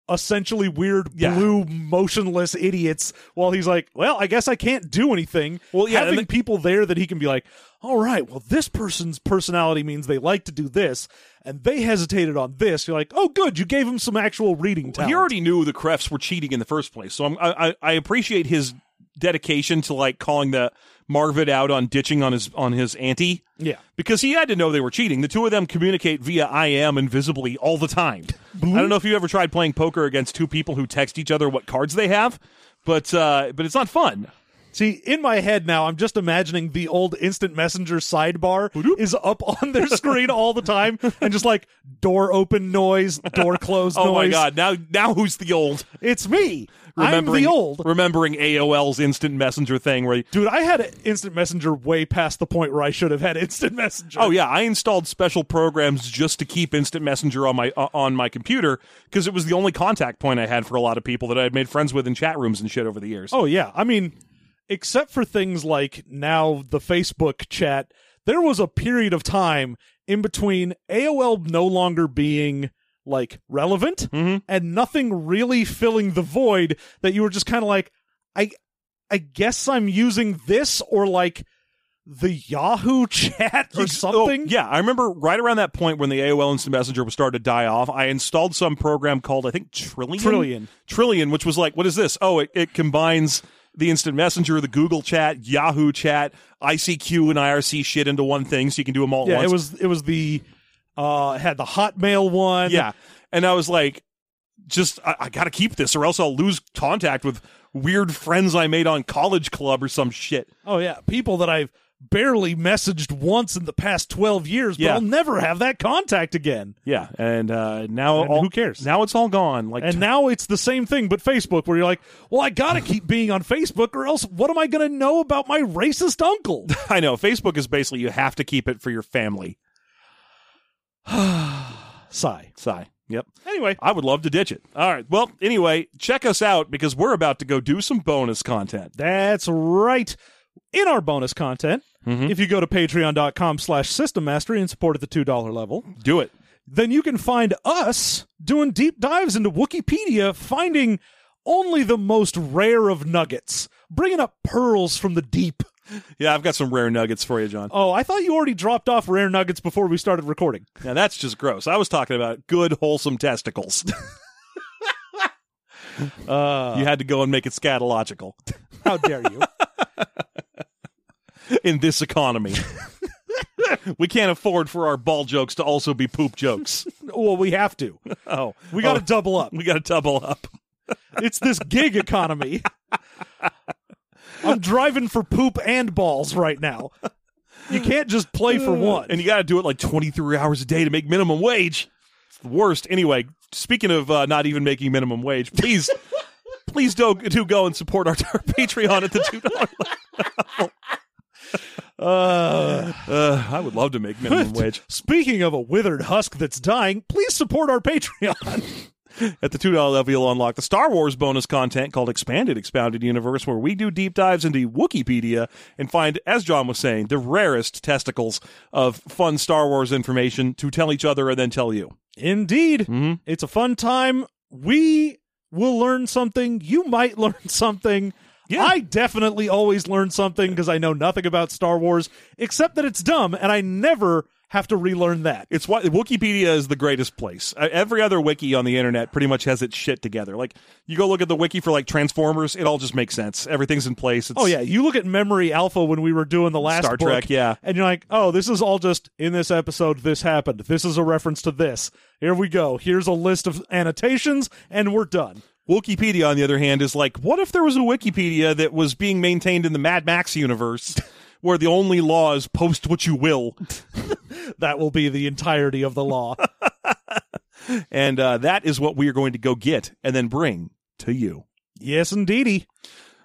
[SPEAKER 3] essentially weird
[SPEAKER 2] Yeah.
[SPEAKER 3] blue motionless idiots while he's like, "Well, I guess I can't do anything."
[SPEAKER 2] Well, yeah, and
[SPEAKER 3] having
[SPEAKER 2] the-
[SPEAKER 3] people there that he can be like, "All right, well, this person's personality means they like to do this." And they hesitated on this. You're like, oh, good, you gave him some actual reading talent.
[SPEAKER 2] He already knew the Krefts were cheating in the first place, so I'm, I, I I appreciate his dedication to like calling the Marvid out on ditching on his on his ante.
[SPEAKER 3] yeah,
[SPEAKER 2] because he had to know they were cheating. The two of them communicate via I am invisibly all the time. I don't know if you ever tried playing poker against two people who text each other what cards they have, but uh, but it's not fun.
[SPEAKER 3] See, in my head now, I'm just imagining the old instant messenger sidebar is up on their screen all the time, and just like door open noise, door close
[SPEAKER 2] Oh
[SPEAKER 3] noise.
[SPEAKER 2] my god! Now now who's the old?
[SPEAKER 3] it's me.
[SPEAKER 2] Remembering
[SPEAKER 3] I'm the old
[SPEAKER 2] remembering AOL's instant messenger thing where. You,
[SPEAKER 3] dude. I had instant messenger way past the point where I should have had instant messenger.
[SPEAKER 2] Oh yeah, I installed special programs just to keep instant messenger on my uh, on my computer because it was the only contact point I had for a lot of people that I had made friends with in chat rooms and shit over the years.
[SPEAKER 3] Oh yeah, I mean, except for things like now the Facebook chat, there was a period of time in between AOL no longer being like relevant
[SPEAKER 2] Mm-hmm.
[SPEAKER 3] and nothing really filling the void that you were just kind of like, I, I guess I'm using this or like the Yahoo chat or
[SPEAKER 2] Ex-
[SPEAKER 3] something.
[SPEAKER 2] oh, yeah, I remember right around that point when the AOL Instant Messenger was starting to die off. I installed some program called I think Trillion,
[SPEAKER 3] Trillion.
[SPEAKER 2] Trillion, which was like, what is this? Oh, it, it combines the instant messenger, the Google chat, Yahoo chat, ICQ and IRC shit into one thing, so you can do them all at
[SPEAKER 3] Yeah,
[SPEAKER 2] once.
[SPEAKER 3] it was it was the uh had the Hotmail one.
[SPEAKER 2] yeah, and I was like, just I, I got to keep this, or else I'll lose contact with weird friends I made on College Club or some shit.
[SPEAKER 3] Oh yeah, people that I've barely messaged once in the past 12 years, but
[SPEAKER 2] Yeah.
[SPEAKER 3] I'll never have that contact again.
[SPEAKER 2] Yeah, and uh, now
[SPEAKER 3] And
[SPEAKER 2] all,
[SPEAKER 3] who cares?
[SPEAKER 2] Now it's all gone. Like,
[SPEAKER 3] And now it's the same thing, but Facebook, where you're like, well, I gotta keep being on Facebook, or else what am I gonna know about my racist uncle?
[SPEAKER 2] I know Facebook is basically you have to keep it for your family.
[SPEAKER 3] Sigh.
[SPEAKER 2] Sigh. Yep.
[SPEAKER 3] Anyway,
[SPEAKER 2] I would love to ditch it. All right. Well, anyway, check us out because we're about to go do some bonus content.
[SPEAKER 3] that's right. In our bonus content,
[SPEAKER 2] Mhm.
[SPEAKER 3] if you go to patreon.com slash system mastery and support at the $2 level,
[SPEAKER 2] Do it.
[SPEAKER 3] then you can find us doing deep dives into Wikipedia, finding only the most rare of nuggets, bringing up pearls from the deep.
[SPEAKER 2] Yeah, I've got some rare nuggets for you, John.
[SPEAKER 3] Oh, I thought you already dropped off rare nuggets before we started recording.
[SPEAKER 2] Now that's just gross. I was talking about good wholesome testicles.
[SPEAKER 3] Uh,
[SPEAKER 2] you had to go and make it scatological
[SPEAKER 3] how dare you?
[SPEAKER 2] in this economy. we can't afford for our ball jokes to also be poop jokes.
[SPEAKER 3] well, we have to.
[SPEAKER 2] Oh,
[SPEAKER 3] We got to
[SPEAKER 2] oh,
[SPEAKER 3] double up.
[SPEAKER 2] we got to double up.
[SPEAKER 3] It's this gig economy. I'm driving for poop and balls right now. You can't just play for one.
[SPEAKER 2] Uh, And you got to do it like 23 hours a day to make minimum wage. It's the worst. Anyway, speaking of uh, not even making minimum wage, please, please do, do go and support our, our Patreon at the $2 level.
[SPEAKER 3] Uh,
[SPEAKER 2] Uh, I would love to make minimum wage
[SPEAKER 3] speaking of a withered husk that's dying, please support our Patreon.
[SPEAKER 2] at the $2 level. You'll unlock the Star Wars bonus content called Expanded Expounded Universe, where we do deep dives into Wikipedia and find, as John was saying, the rarest testicles of fun Star Wars information to tell each other and then tell you.
[SPEAKER 3] Indeed.
[SPEAKER 2] Mhm.
[SPEAKER 3] It's a fun time. We will learn something. You might learn something.
[SPEAKER 2] Yeah.
[SPEAKER 3] I definitely always learn something because I know nothing about Star Wars except that it's dumb and I never have to relearn that.
[SPEAKER 2] It's why Wikipedia is the greatest place. Uh, Every other wiki on the internet pretty much has its shit together. Like you go look at the wiki for like Transformers, it all just makes sense. Everything's in place. It's,
[SPEAKER 3] Oh yeah, you look at Memory Alpha when we were doing the last
[SPEAKER 2] Star
[SPEAKER 3] book,
[SPEAKER 2] Trek, yeah.
[SPEAKER 3] and you're like, oh, this is all just in this episode. This happened. This is a reference to this. Here we go. Here's a list of annotations, and we're done.
[SPEAKER 2] Wikipedia, on the other hand, is like, what if there was a Wikipedia that was being maintained in the Mad Max universe, where the only law is post what you will,
[SPEAKER 3] That will be the entirety of the law.
[SPEAKER 2] and uh, that is what we are going to go get and then bring to you.
[SPEAKER 3] yes, indeedy.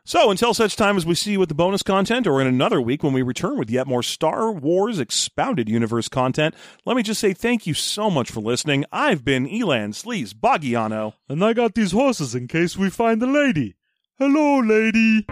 [SPEAKER 2] So, until such time as we see you with the bonus content or in another week when we return with yet more Star Wars Expounded Universe content, let me just say thank you so much for listening. I've been Elan Sleaze Boggiano.
[SPEAKER 3] And I got these horses in case we find the lady. Hello, lady.